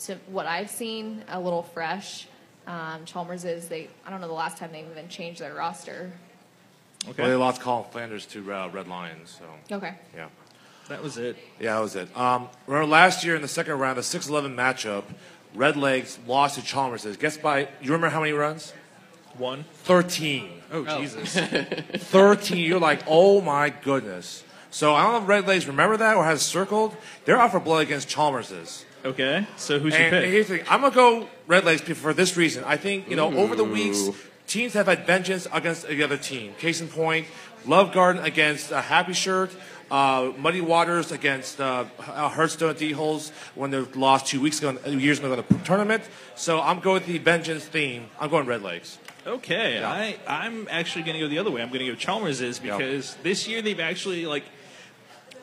to what I've seen, a little fresh. Um, Chalmers is they. I don't know the last time they even changed their roster.
Well, they lost Colin Flanders to uh, Red Lions, so
Okay.
yeah.
That was it.
Yeah, that was it. Um, remember last year in the second round, the 6-11 matchup, Red Legs lost to Chalmers. Guess by, you remember how many runs?
One.
13.
Oh, Jesus.
13. You're like, oh my goodness. So I don't know if Red Legs remember that or has it circled. They're out for blood against Chalmers's.
Okay, so who's
and,
your pick?
and here's the thing. I'm going to go Red Legs for this reason. I think, you know, over the weeks,
Ooh.
teams have had vengeance against the other team. Case in point, Love Garden against uh, Happy Shirt, uh, Muddy Waters against uh, H- uh, Hearthstone D Holes when they lost two weeks ago, years ago in the tournament. So I'm going with the vengeance theme. I'm going Red Legs.
Okay,
Yeah.
I I'm actually going to go the other way. I'm going to go Chalmers's because this year they've actually like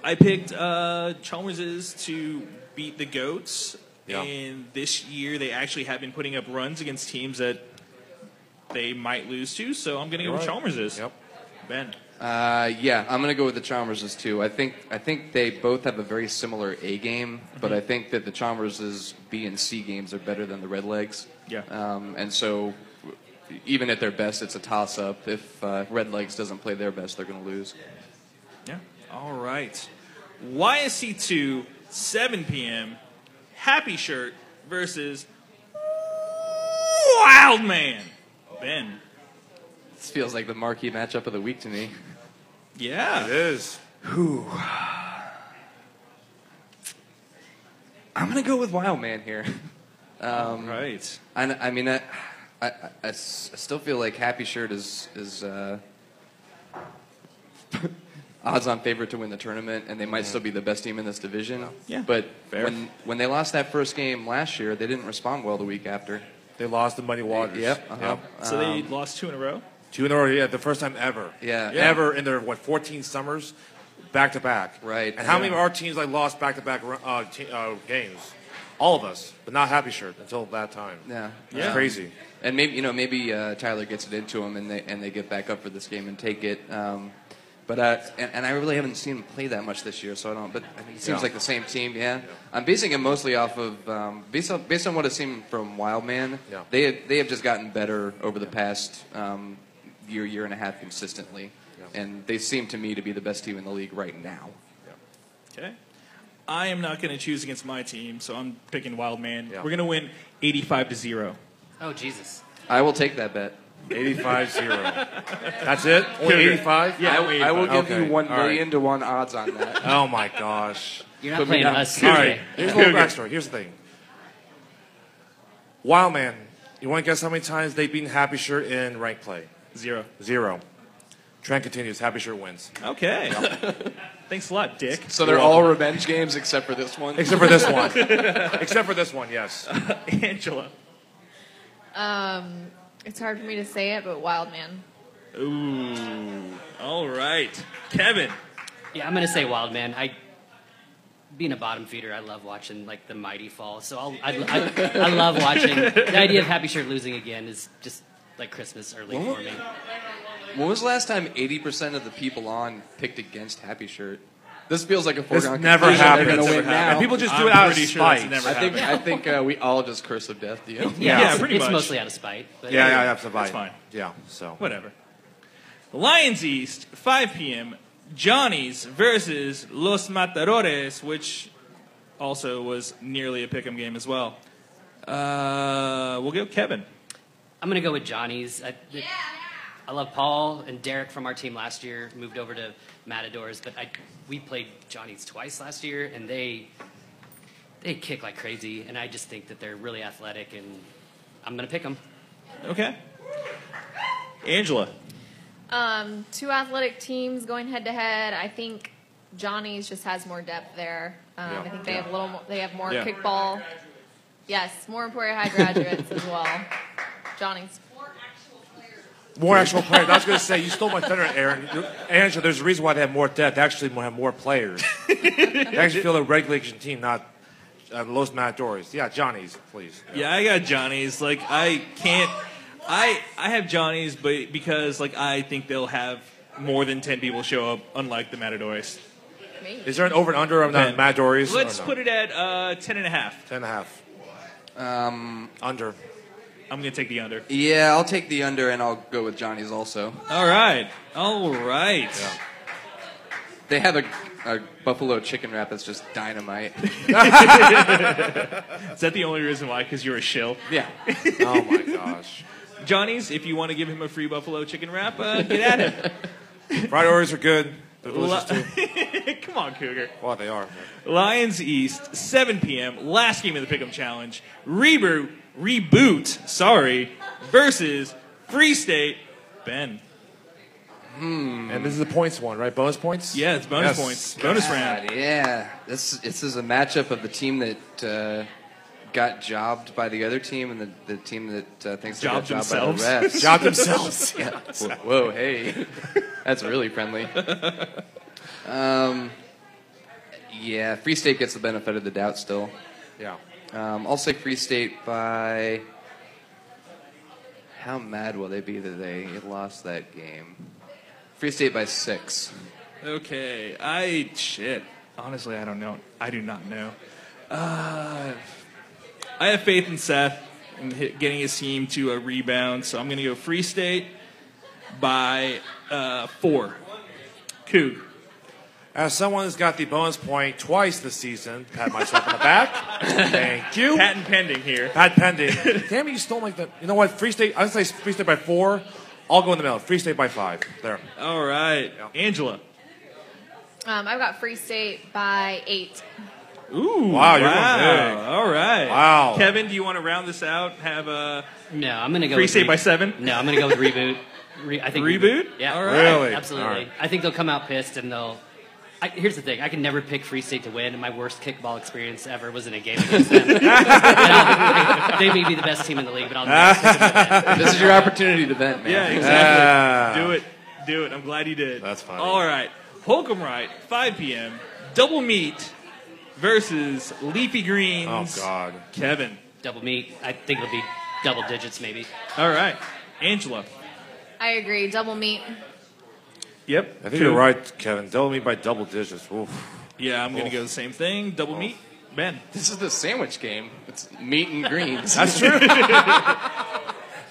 I picked uh, Chalmers's to beat the goats,
Yeah.
and this year they actually have been putting up runs against teams that they might lose to. So I'm going to go
You're
with
right.
Chalmers's. Yep, Ben.
Uh, yeah, I'm gonna go with the Chalmerses too. I think I think they both have a very similar A game, but
Mhm.
I think that the Chalmerses B and C games are better than the Redlegs.
Yeah.
Um, and so, w- even at their best, it's a toss up. If uh, Redlegs doesn't play their best, they're gonna lose.
Yeah. All right. YSC two 7 p.m. Happy Shirt versus Wild Man. Ben.
This feels like the marquee matchup of the week to me.
Yeah. It
is.
Who? I'm gonna go with Wild Man here. Um,
right.
I, I mean, I, I, I- I s- I still feel like Happy Shirt is is uh, odds-on favorite to win the tournament, and they might still be the best team in this division.
Yeah.
But
Fair.
when when they lost that first game last year, they didn't respond well the week after.
They lost the Muddy Waters.
Yep. Uh-huh.
So they
Um,
lost two in a row.
Two in a row, yeah, the first time ever.
Yeah.
Yeah.
Ever in their, what, 14 summers? Back to back.
Right.
And how
Yeah.
many of our teams like lost back to back uh, games? All of us, but not Happy Shirt until that time.
Yeah,
It's crazy.
And maybe you know maybe uh, Tyler gets it into him and they and they get back up for this game and take it. Um, but uh, and, and I really haven't seen him play that much this year, so I don't. But I mean, it seems
Yeah.
like the same team. Yeah, I'm basing it mostly off of um, based on based on what I've seen from Wildman.
Yeah.
they have, they have just gotten better over the past um, year year and a half consistently,
Yeah.
and they seem to me to be the best team in the league right now.
Okay. I am not going to choose against my team, so I'm picking Wild Man. We're going to win 85 to 0.
Oh, Jesus.
I will take that bet.
85-0. That's it? Only 85?
Yeah, I, will- I will give
Okay.
you one
All right.
million to one odds on that.
Oh my gosh.
You're not Put me playing down. us
All
today.
right. Here's a little backstory. Here's the thing. Wow, man. You want to guess how many times they've beaten Happy Shirt in rank play?
Zero.
Zero. Trend continues. Happy Shirt wins.
Okay. Thanks a lot, Dick.
So they're all revenge games except for this one.
Except for this one. Except for this one, yes.
Angela.
Um, It's hard for me to say it, but wild man.
Ooh. All right. Kevin.
Yeah, I'm gonna say Wild Man. I being a bottom feeder, I love watching like the mighty fall. So I'll, I, I, I love watching the idea of Happy Shirt losing again is just like Christmas early
What?
for me.
When was the last time 80% of the people on picked against Happy Shirt? This feels like a foregone
never
conclusion.
happened.
They're gonna
That's
win
never happened.
now.
People just do it out of
pretty that's
spite.
never
I think-
happened. I
I
think uh, we all just curse of death, do you?
Yeah,
it's, it's mostly out of spite. But
yeah, yeah, that's fine.
fine.
Yeah, so
Whatever. Lions East, 5 p.m. Johnny's versus Los Matadores, which also was nearly a pick'em game as well. Uh, we'll go Kevin.
I'm gonna go with Johnny's. I, yeah. I love Paul and Derek from our team last year. Moved over to Matadors, but I we played Johnny's twice last year, and they they kick like crazy. And I just think that they're really athletic, and I'm gonna pick them.
Okay. Angela.
Um, two athletic teams going head to head. I think Johnny's just has more depth there. Um,
Yeah.
I think they have a little. More, they have more
Yeah.
kickball. Yes, more Emporia High graduates as well. Johnny's.
more actual players. I was going to say you stole my thunder, Aaron. Angela, there's a reason why they have more depth. They actually have more players. they actually feel a regulation team, not uh, Los Matadores. Yeah, Johnny's, please.
Yeah, I got Johnny's. Like I can't. I I have Johnny's, but because like I think they'll have more than ten people show up, unlike the Matadores.
Is there an over and under on the
Okay.
Matadores?
Let's
or no?
put it at uh, ten and a half.
Ten and a half.
Um,
under.
I'm gonna take the under.
Yeah, I'll take the under and I'll go with Johnny's also.
All right. All right.
They have a, a buffalo chicken wrap that's just dynamite.
Is that the only reason why? Because you're a shill.
Yeah.
Oh my gosh.
Johnny's, if you want to give him a free buffalo chicken wrap, uh, get at him.
Fried Oreos are good. They're delicious too.
Li- Come on, Cougar.
Well, they are.
Lions East, 7 p.m. Last game of the Pick'em Challenge. Reboot, reboot. Sorry, versus Free State. Ben.
Hmm.
And this is the points one, right? Bonus points?
Yeah, it's bonus points. Bonus round.
God, Yeah, this this is a matchup of the team that uh, got jobbed by the other team and the, the team that uh, thinks
Jobbed
they got jobbed by the
themselves.
refs.
Jobbed themselves.
yeah. Whoa, whoa, hey, that's really friendly. Um, yeah, Free State gets the benefit of the doubt still.
Yeah.
Um, I'll say Free State by. How mad will they be that they lost that game? Free State by six.
Okay, I. Shit. Honestly, I don't know. I do not know. Uh, I have faith in Seth and hit, getting his team to a rebound, so I'm going to go Free State by uh, four. Coog.
As someone who's got the bonus point twice this season, pat myself on the back. Thank you.
Patent pending here.
Pat pending. Damn it, you stole my. Th- you know what? Free State. I would say Free State by four. I'll go in the middle. Free State by five. There.
All right, Angela.
Um, I've got Free State by eight.
Ooh.
Wow, you're going
wow.
big.
All right.
Wow.
Kevin, do you want to round this out? Have a
No, I'm gonna go.
Free
with
State
re-
by seven.
No, I'm gonna go with reboot. Re- I think
Reboot?
Yeah,
All right. Really?
Absolutely.
All right.
I think they'll come out pissed and they'll. I, here's the thing: I can never pick Free State to win. and My worst kickball experience ever was in a game against them. And I'll- they may be the best team in the league, but I'll never pick them to win.
This is your opportunity to vent, man.
Yeah, exactly.
Ah.
Do it. Do it. I'm glad you did. That's fine. All right. Holcomb Wright, 5 p.m. Double meet versus Leafy Greens.
Oh, God.
Kevin.
Double meet. I think it'll be double digits, maybe.
All right. Angela.
I agree. Double meet.
Yep.
I think
Two.
you're right, Kevin. Double me by double digits. Oof.
Yeah, I'm going to
Oof.
go the same thing. Double
Oh.
meet. Ben.
This is the sandwich game. It's meat and greens.
That's true.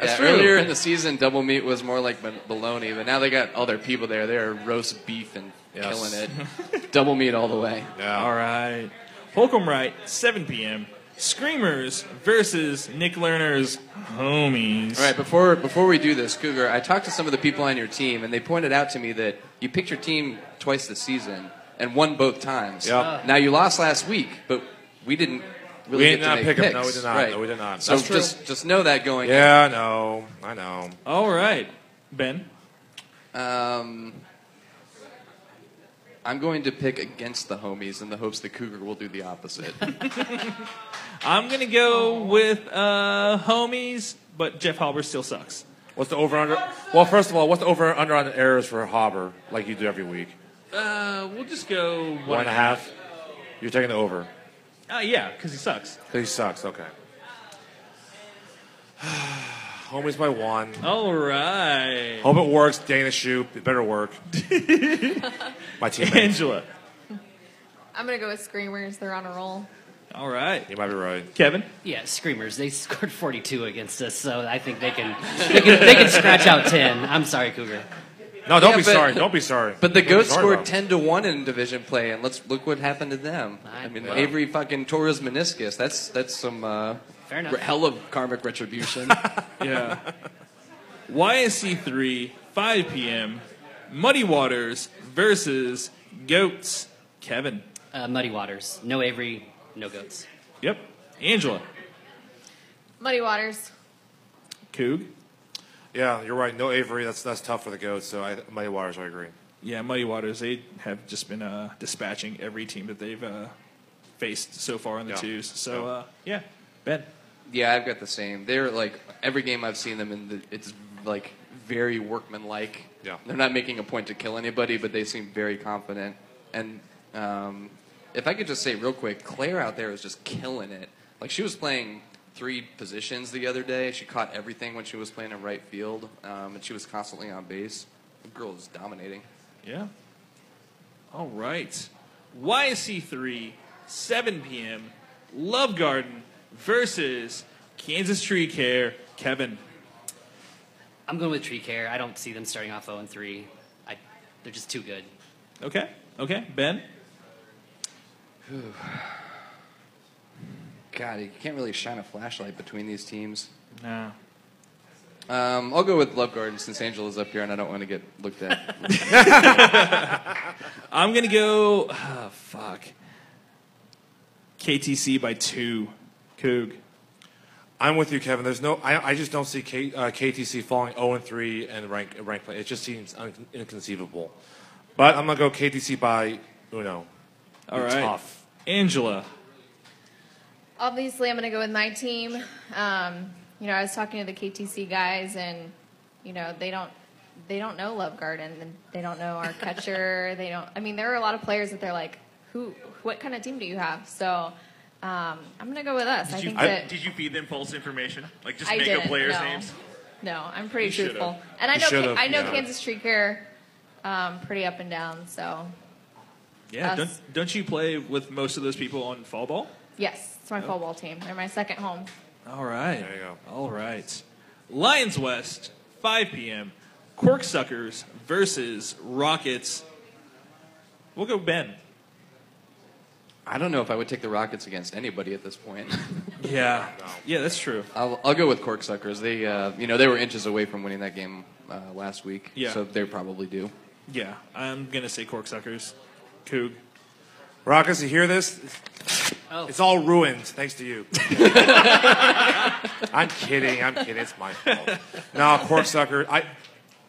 Yeah,
true.
Earlier in the season, double meat was more like b- bologna, but now they got all their people there. They are roast beef and
Yes.
killing it. double meat all the way.
All right. Holcomb Wright, 7 p.m. Screamers versus Nick Lerner's homies.
All right, before before we do this, Cougar, I talked to some of the people on your team, and they pointed out to me that you picked your team twice this season and won both times.
Yep. Ah.
Now you lost last week, but we didn't. Really
We
get
did
to
not
make
pick 'em.
picks.
No, we did not.
Right.
No, we did not.
So
That's true.
just just know that going.
Yeah, I
in.
know. I know.
All right, Ben.
Um, I'm going to pick against the homies in the hopes the Cougar will do the opposite.
I'm gonna go with uh, homies, but Jeff Halber still sucks.
What's the over under? Well, first of all, what's the over under on errors for Hobber, like you do every week?
Uh, we'll just go one,
One and a half. You're taking the over.
Uh, yeah, because he sucks.
He sucks. Okay. Homies by one.
All right.
Hope it works. Dana Shoop. It better work. My teammate.
Angela.
I'm gonna go with Screamers. They're on a roll.
All right.
You might be right.
Kevin?
Yeah, Screamers. They scored 42 against us, so I think they can they can, they can scratch out 10. I'm sorry, Cougar.
No, don't
Yeah,
be
but-
sorry. Don't be sorry.
But the
Don't be
Goats
sorry
scored
about it.
ten to one in division play, and let's look what happened to them. I mean,
know.
Avery fucking tore his meniscus. That's that's some uh,
Fair enough.
re- hell of karmic retribution.
yeah. YSC three, five p.m. Muddy Waters versus Goats. Kevin.
Uh, Muddy Waters. No Avery, no Goats.
Yep. Angela.
Muddy Waters.
Coog.
Yeah, you're right. No Avery. That's that's tough for the Goats. So I, Muddy Waters, I agree.
Yeah, Muddy Waters. They have just been uh, dispatching every team that they've uh, faced so far in the
Yeah.
twos. So uh, yeah, Ben.
yeah, I've got the same. They're like every game I've seen them in, the, it's like very workmanlike.
Yeah.
they're not making a point to kill anybody, but they seem very confident. And um, if I could just say real quick, Claire out there is just killing it. Like she was playing three positions the other day. She caught everything when she was playing in right field, um, and she was constantly on base. The girl is dominating.
Yeah. All right. YSC three, seven p.m. Love Garden versus Kansas Tree Care. Kevin.
I'm going with Tree Care. I don't see them starting off 0 and 3. I, they're just too good.
Okay. Okay. Ben.
God, you can't really shine a flashlight between these teams.
No.
Um, I'll go with Love Garden since Angela's up here and I don't want to get looked at.
I'm gonna go. ah, fuck. KTC by two. Coog.
I'm with you, Kevin. There's no. I, I just don't see K, uh, KTC falling 0 and 3 and rank rank play. It just seems un, inconceivable. But I'm gonna go KTC by Uno.
All right.
Tough.
Angela.
Obviously, I'm gonna go with my team. Um, you know, I was talking to the KTC guys, and you know they don't they don't know Love Garden, and they don't know our catcher. they don't. I mean, there are a lot of players that they're like, who? What kind of team do you have? So. Um, I'm gonna go with us. I
Did you,
think that
did you feed them false information? Like just
I
make
didn't,
up players'
no.
names?
No, I'm pretty
You should've.
truthful, and I
You
know Ka-
should've,
I know
yeah.
Kansas Tree Care, um, pretty up and down. So
Yeah.
Us.
Don't don't you play with most of those people on fall ball?
yes, it's my
Oh.
football team. They're my second home.
All right. There you go. All right. Lions West, 5 p.m. Corksuckers versus Rockets. We'll go Ben.
I don't know if I would take the Rockets against anybody at this point.
Yeah. Yeah, that's true.
I'll, I'll go with Corksuckers. They, uh, you know, they were inches away from winning that game uh, last week.
Yeah.
So they probably do.
Yeah, I'm gonna say Corksuckers. Coog.
Rockets, you hear this? It's all ruined thanks to you. I'm kidding. I'm kidding. It's my fault. No, Corksucker. I,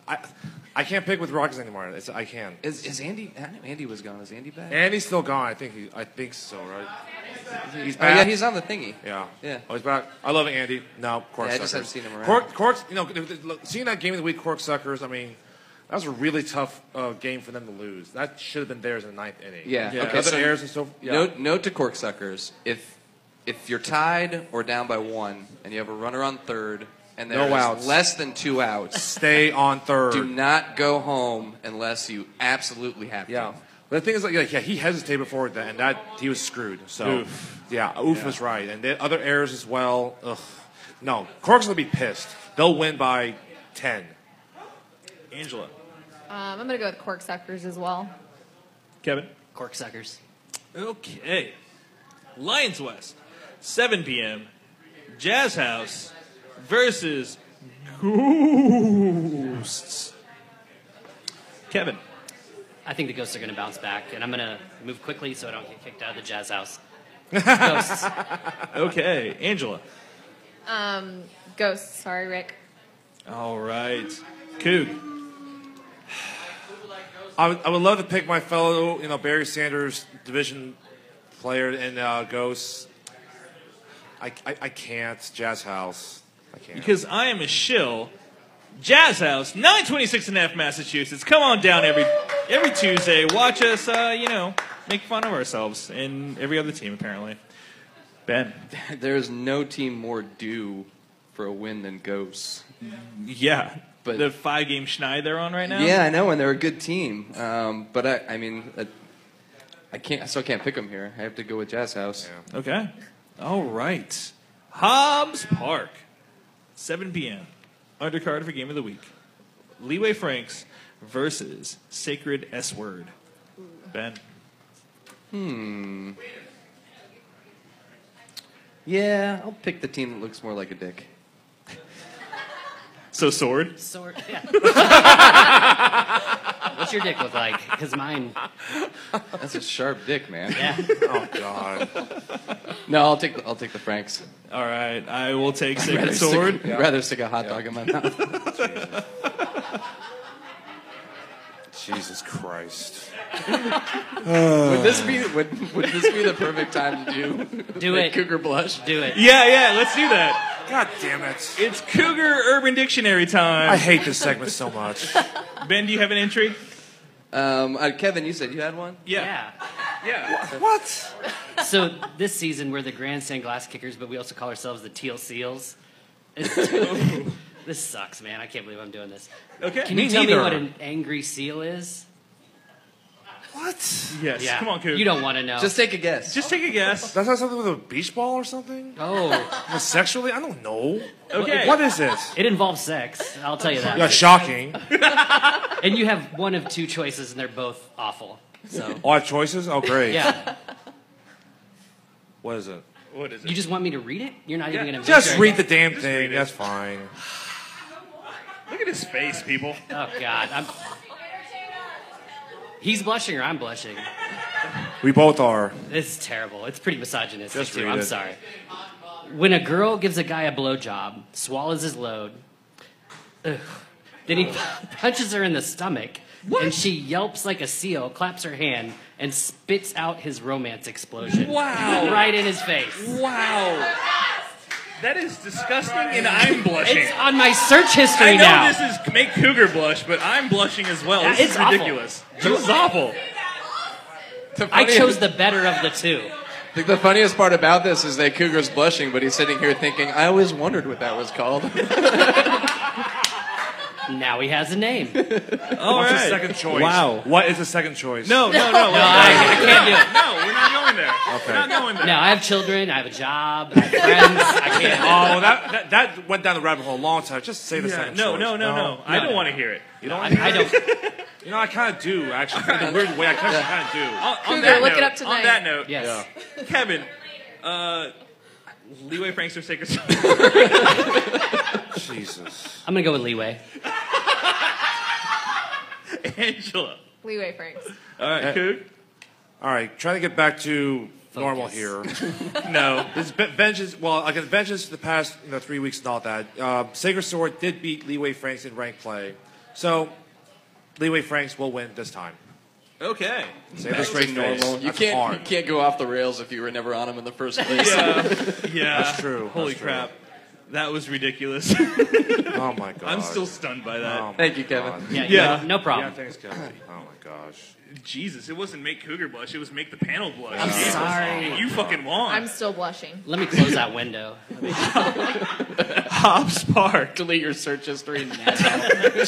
I, I can't pick with Rockets anymore. It's, I can.
Is, is Andy? I know Andy was gone. Is Andy back?
Andy's still gone. I think. He, I think so. Right. He's
Oh,
back.
yeah, he's on the thingy.
Yeah.
Yeah.
Oh, he's back. I love Andy. No, Corksuckers.
Yeah, I just haven't seen him around.
Cork, Corks, you know, th- th- look, seeing that game of the week, Corksuckers. I mean, that was a really tough uh, game for them to lose. That should have been theirs in the ninth inning.
Yeah. Okay.
Other
so
errors and so. Yeah.
Note, note to Corksuckers: if if you're tied or down by one, and you have a runner on third, and
No
there's
outs.
less than two outs,
Stay on third.
Do not go home unless you absolutely have to.
Yeah. But the thing is, like, yeah, he hesitated before that, and that he was screwed. So,
Oof.
yeah, Oof
Yeah.
was right, and the other errors as well. Ugh. No, Corks will be pissed. They'll win by ten.
Angela.
Um, I'm gonna go with Corksuckers as well.
Kevin.
Corksuckers.
Okay. Lions West, 7 p.m. Jazz House versus Ghosts. Kevin.
I think the Ghosts are going to bounce back, and I'm going to move quickly so I don't get kicked out of the Jazz House. Ghosts.
Okay, Angela.
Um, Ghosts. Sorry, Rick.
All right. Coog.
I would, I would love to pick my fellow, you know, Barry Sanders division player and uh, Ghosts. I, I, I can't. Jazz House. I can't.
Because I am a shill. Jazz House, 926 and F, Massachusetts. Come on down every every Tuesday. Watch us, uh, you know, make fun of ourselves and every other team, apparently. Ben.
There's no team more due for a win than Ghosts.
Yeah. But the five game schneid they're on right now?
Yeah, I know, and they're a good team. Um, but I, I mean, I, I can't. I still can't pick them here. I have to go with Jazz House.
Okay. All right. Hobbs Park, 7 p.m. Undercard for game of the week. Leeway Franks versus Sacred S Word. Ben.
Hmm. Yeah, I'll pick the team that looks more like a dick.
So sword.
Sword. Yeah. What's your dick look like? Because mine.
That's a sharp dick, man.
Yeah.
oh God. No, I'll take the, I'll take the Franks.
All right, I will take
I'd rather
Sacred
stick-
Sword.
rather stick a hot dog in my mouth.
Jesus Christ.
would this be would, would this be the perfect time to do
Do
make
it.
Cougar blush?
Do it.
Yeah, yeah, let's do that.
God damn it.
It's Cougar Urban Dictionary time.
I hate this segment so much.
Ben, do you have an entry?
Um, uh, Kevin, you said you had one.
Yeah.
Yeah.
What?
So this season we're the grandstand glass kickers, but we also call ourselves the teal seals. It's- this sucks, man. I can't believe I'm doing this.
Okay.
Can you
Me
tell
neither.
me what an angry seal is?
What?
Yes.
Yeah.
Come on, Cougar.
You don't want to know.
Just take a guess.
Just take a guess.
That's not something with a beach ball or something?
Oh.
Sexually? I don't know.
Okay.
What is this?
It involves sex. I'll tell you that.
Yeah, shocking.
And you have one of two choices, and they're both awful. So
Oh, I have choices? Oh, great.
yeah.
What is it?
What is
You just want me to read it? You're not even gonna
Just
venture-
read the damn thing. That's fine.
Look at his face, people.
Oh God, I'm. He's blushing or I'm blushing.
We both are.
This is terrible. It's pretty misogynistic
Just
too.
read
I'm
it.
sorry. When a girl gives a guy a blowjob, swallows his load, ugh, then he punches her in the stomach, and she yelps like a seal, claps her hand, and spits out his romance explosion.
Wow.
Right in his face.
Wow. That is disgusting, and I'm blushing.
It's on my search history
I know
now.
this is make Cougar blush, but I'm blushing as well.
Yeah,
this
it's
is
awful.
ridiculous. This is awful.
I chose the better of the two.
The, the funniest part about this is that Cougar's blushing, but he's sitting here thinking, "I always wondered what that was called."
Now he has a name.
All
What's
right.
the second choice?
Wow.
What is the second choice?
No, no, no.
No, I, I can't do it.
No, we're not going there.
Okay.
We're not going there.
No, I have children. I have a job. I have friends. I
Oh,
can't.
that, that that went down the rabbit hole a long time. Just say the
Yeah,
second
no,
choice.
no, no, no, I
No,
don't
no,
want to
no.
hear it.
You don't.
I, I don't.
You know, I kind of do actually. In a weird way, I kind of kind of do.
On, on
Cougar,
that
look it
note,
up tonight.
On that note,
Yes.
Kevin, uh, Leeway Franks or Sacred Sword?
Jesus.
I'm gonna go with leeway.
Angela.
Leeway Franks.
All right, Coog.
All right, trying to get back to normal
Focus.
here.
No.
This be- vengeance. Well, again, vengeance for the past you know, three weeks and all that. Uh, Sacred Sword did beat Leeway Franks in ranked play, so Leeway Franks will win this time.
Okay.
Save the straight face.
normal. You
That's
can't
hard.
you can't go off the rails if you were never on them in the first place.
Yeah. yeah.
That's true,
Holy
that's true.
crap. That was ridiculous.
Oh my god.
I'm still stunned by that.
Oh my
Thank you, Kevin.
God.
Yeah.
Yeah.
yeah. No
Yeah,
problem.
thanks, Kevin. Oh my gosh.
Jesus, it wasn't make Cougar blush. It was make the panel blush.
I'm
Jesus.
sorry.
You fucking won.
I'm still blushing.
Let me close that window.
Hobbs Park.
Delete your search history now.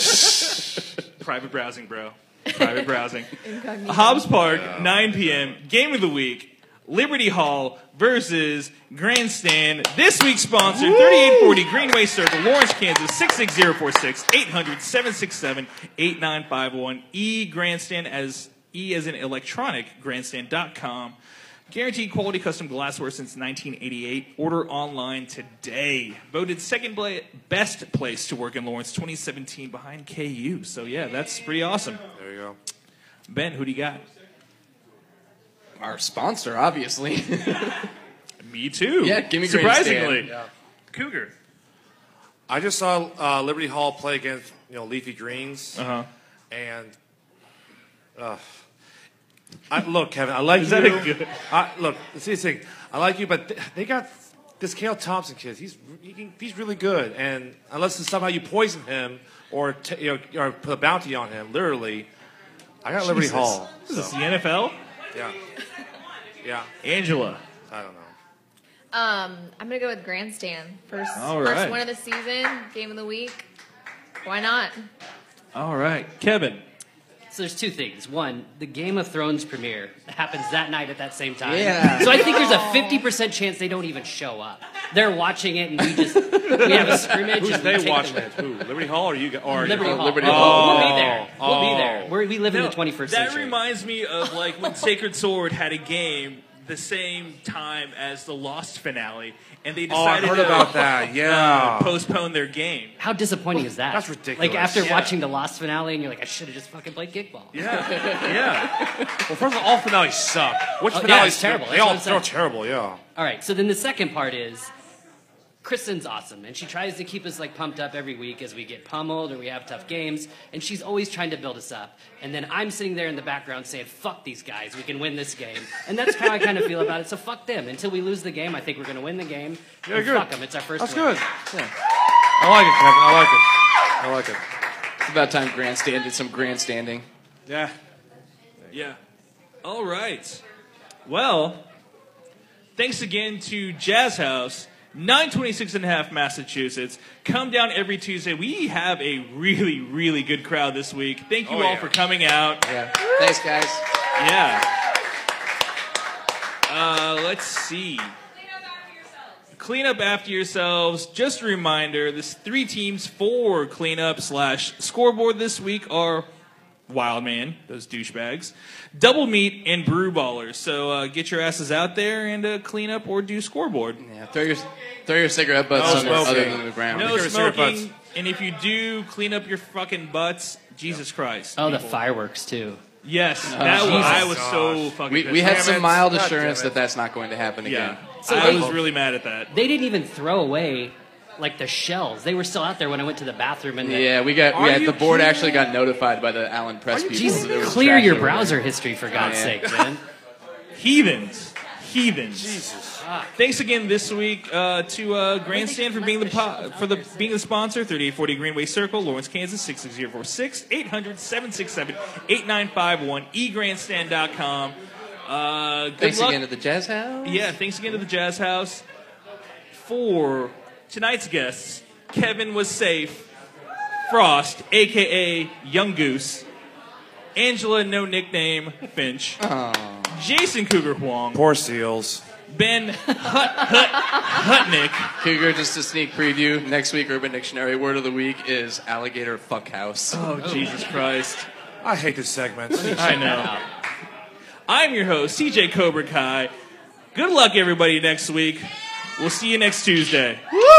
Private browsing, bro. Private browsing.
Incognito.
Hobbs Park, 9 p.m. Game of the week. Liberty Hall versus Grandstand. This week's sponsor, 3840 Greenway Circle, Lawrence, Kansas, 66046, 800 767 8951. E Grandstand as E as in electronic, grandstand.com. Guaranteed quality custom glassware since 1988. Order online today. Voted second pla- best place to work in Lawrence 2017 behind KU. So, yeah, that's pretty awesome.
There you go.
Ben, who do you got?
Our sponsor, obviously.
Me too.
Yeah, gimme
surprisingly.
Grandstand.
Cougar.
I just
Uh-huh.
saw uh, Liberty Hall play against you know Leafy Greens,
Uh huh.
and
Ugh. I, look, Kevin, I like
Is
you.
that a good-
I, look, see this thing. I like you, but th- they got this Kale Thompson kid. He's he can, he's really good, and unless somehow you poison him or t- you know, or put a bounty on him, literally, I got Liberty
Jesus.
Hall.
Is this the NFL?
Yeah. Yeah.
Angela.
I don't know.
Um, I'm gonna go with Grandstand first.
All
First
right.
one of the season, game of the week. Why not?
All right, Kevin.
So there's two things. One, the Game of Thrones premiere happens that night at that same time.
Yeah.
So I think there's a 50% chance they don't even show up. They're watching it, and we just we have a scrimmage.
Who's
and we
they
take it
watching
away.
it? Who? Liberty Hall or you? gu- Or
Liberty Hall.
Liberty
Oh,
Hall.
We'll be there. We'll be there.
Oh.
We're, we live in
No,
the 21st
that
century.
reminds me of like when Sacred Sword had a game the same time as the Lost finale, and they
Oh, I
decided
heard
to
about that, yeah.
uh, postpone their game.
How disappointing is that?
That's ridiculous.
Like after
Yeah.
watching the Lost finale, and you're like, I should have just fucking played kickball.
Yeah.
yeah. Well, first of all, all finales suck. Which
Oh, yeah,
finales
it's terrible.
They
That's
all
what I'm
they're all
saying.
terrible. Yeah.
All right. So then the second part is Kristen's awesome, and she tries to keep us like pumped up every week as we get pummeled or we have tough games, and she's always trying to build us up. And then I'm sitting there in the background saying, "Fuck these guys, we can win this game." And that's how I kind of feel about it. So fuck them. Until we lose the game, I think we're gonna win the game.
Yeah,
and
good.
Fuck them. It's our first.
That's
win.
good.
Yeah.
I like it, Kevin. I like it. I like it.
It's about time grandstand did some grandstanding.
Yeah. Yeah. All right. Well, thanks again to Jazz House, 926 and a half Massachusetts. Come down every Tuesday. We have a really, really good crowd this week. Thank you
Oh,
all
yeah.
for coming out.
Yeah. Thanks, guys.
Yeah. Uh, let's see. Clean up after yourselves. Just a reminder: this three teams for cleanup slash scoreboard this week are Wildman, those douchebags, Double Meat, and Brew Ballers. So uh, get your asses out there and uh, clean up or do scoreboard.
Yeah, throw your throw your cigarette butts
No
somewhere other
smoking.
than the ground.
No smoking. And if you do, clean up your fucking butts. Jesus Christ.
Oh, the
people.
fireworks too.
Yes, that was, I was so fucking.
Oh, We,
pissed.
we had
Oh, Damn
some
it.
mild
God
assurance
damn
that
it.
that's not going to happen
Yeah.
again.
I was really mad at that.
They didn't even throw away like the shells. They were still out there when I went to the bathroom. And the-
Yeah, we got we had, the board actually got notified by the Allen Press people.
Jesus,
that there was
clear
trash
your
everywhere.
browser history for God's
Yeah.
sake, man.
Heathens. Heathens. Jesus. Thanks again this week uh, to uh, Grandstand for being the po- for the being the sponsor. 3840 Greenway Circle, Lawrence, Kansas 66046 800 767 8951 egrandstand.com. Uh, good
Thanks
luck.
again to the Jazz House.
Yeah, thanks again to the Jazz House for tonight's guests. Kevin was safe, Frost, aka Young Goose, Angela, no nickname, Finch,
Uh-huh.
Jason Cougar Huang,
Poor seals.
Ben Hut, Hut, Hutnick.
Cougar, just a sneak preview. Next week, Urban Dictionary word of the week is alligator fuckhouse.
Oh, Jesus Christ.
I hate this segment.
I know. I'm your host, CJ Cobra Kai. Good luck, everybody, next week. We'll see you next Tuesday. Woo!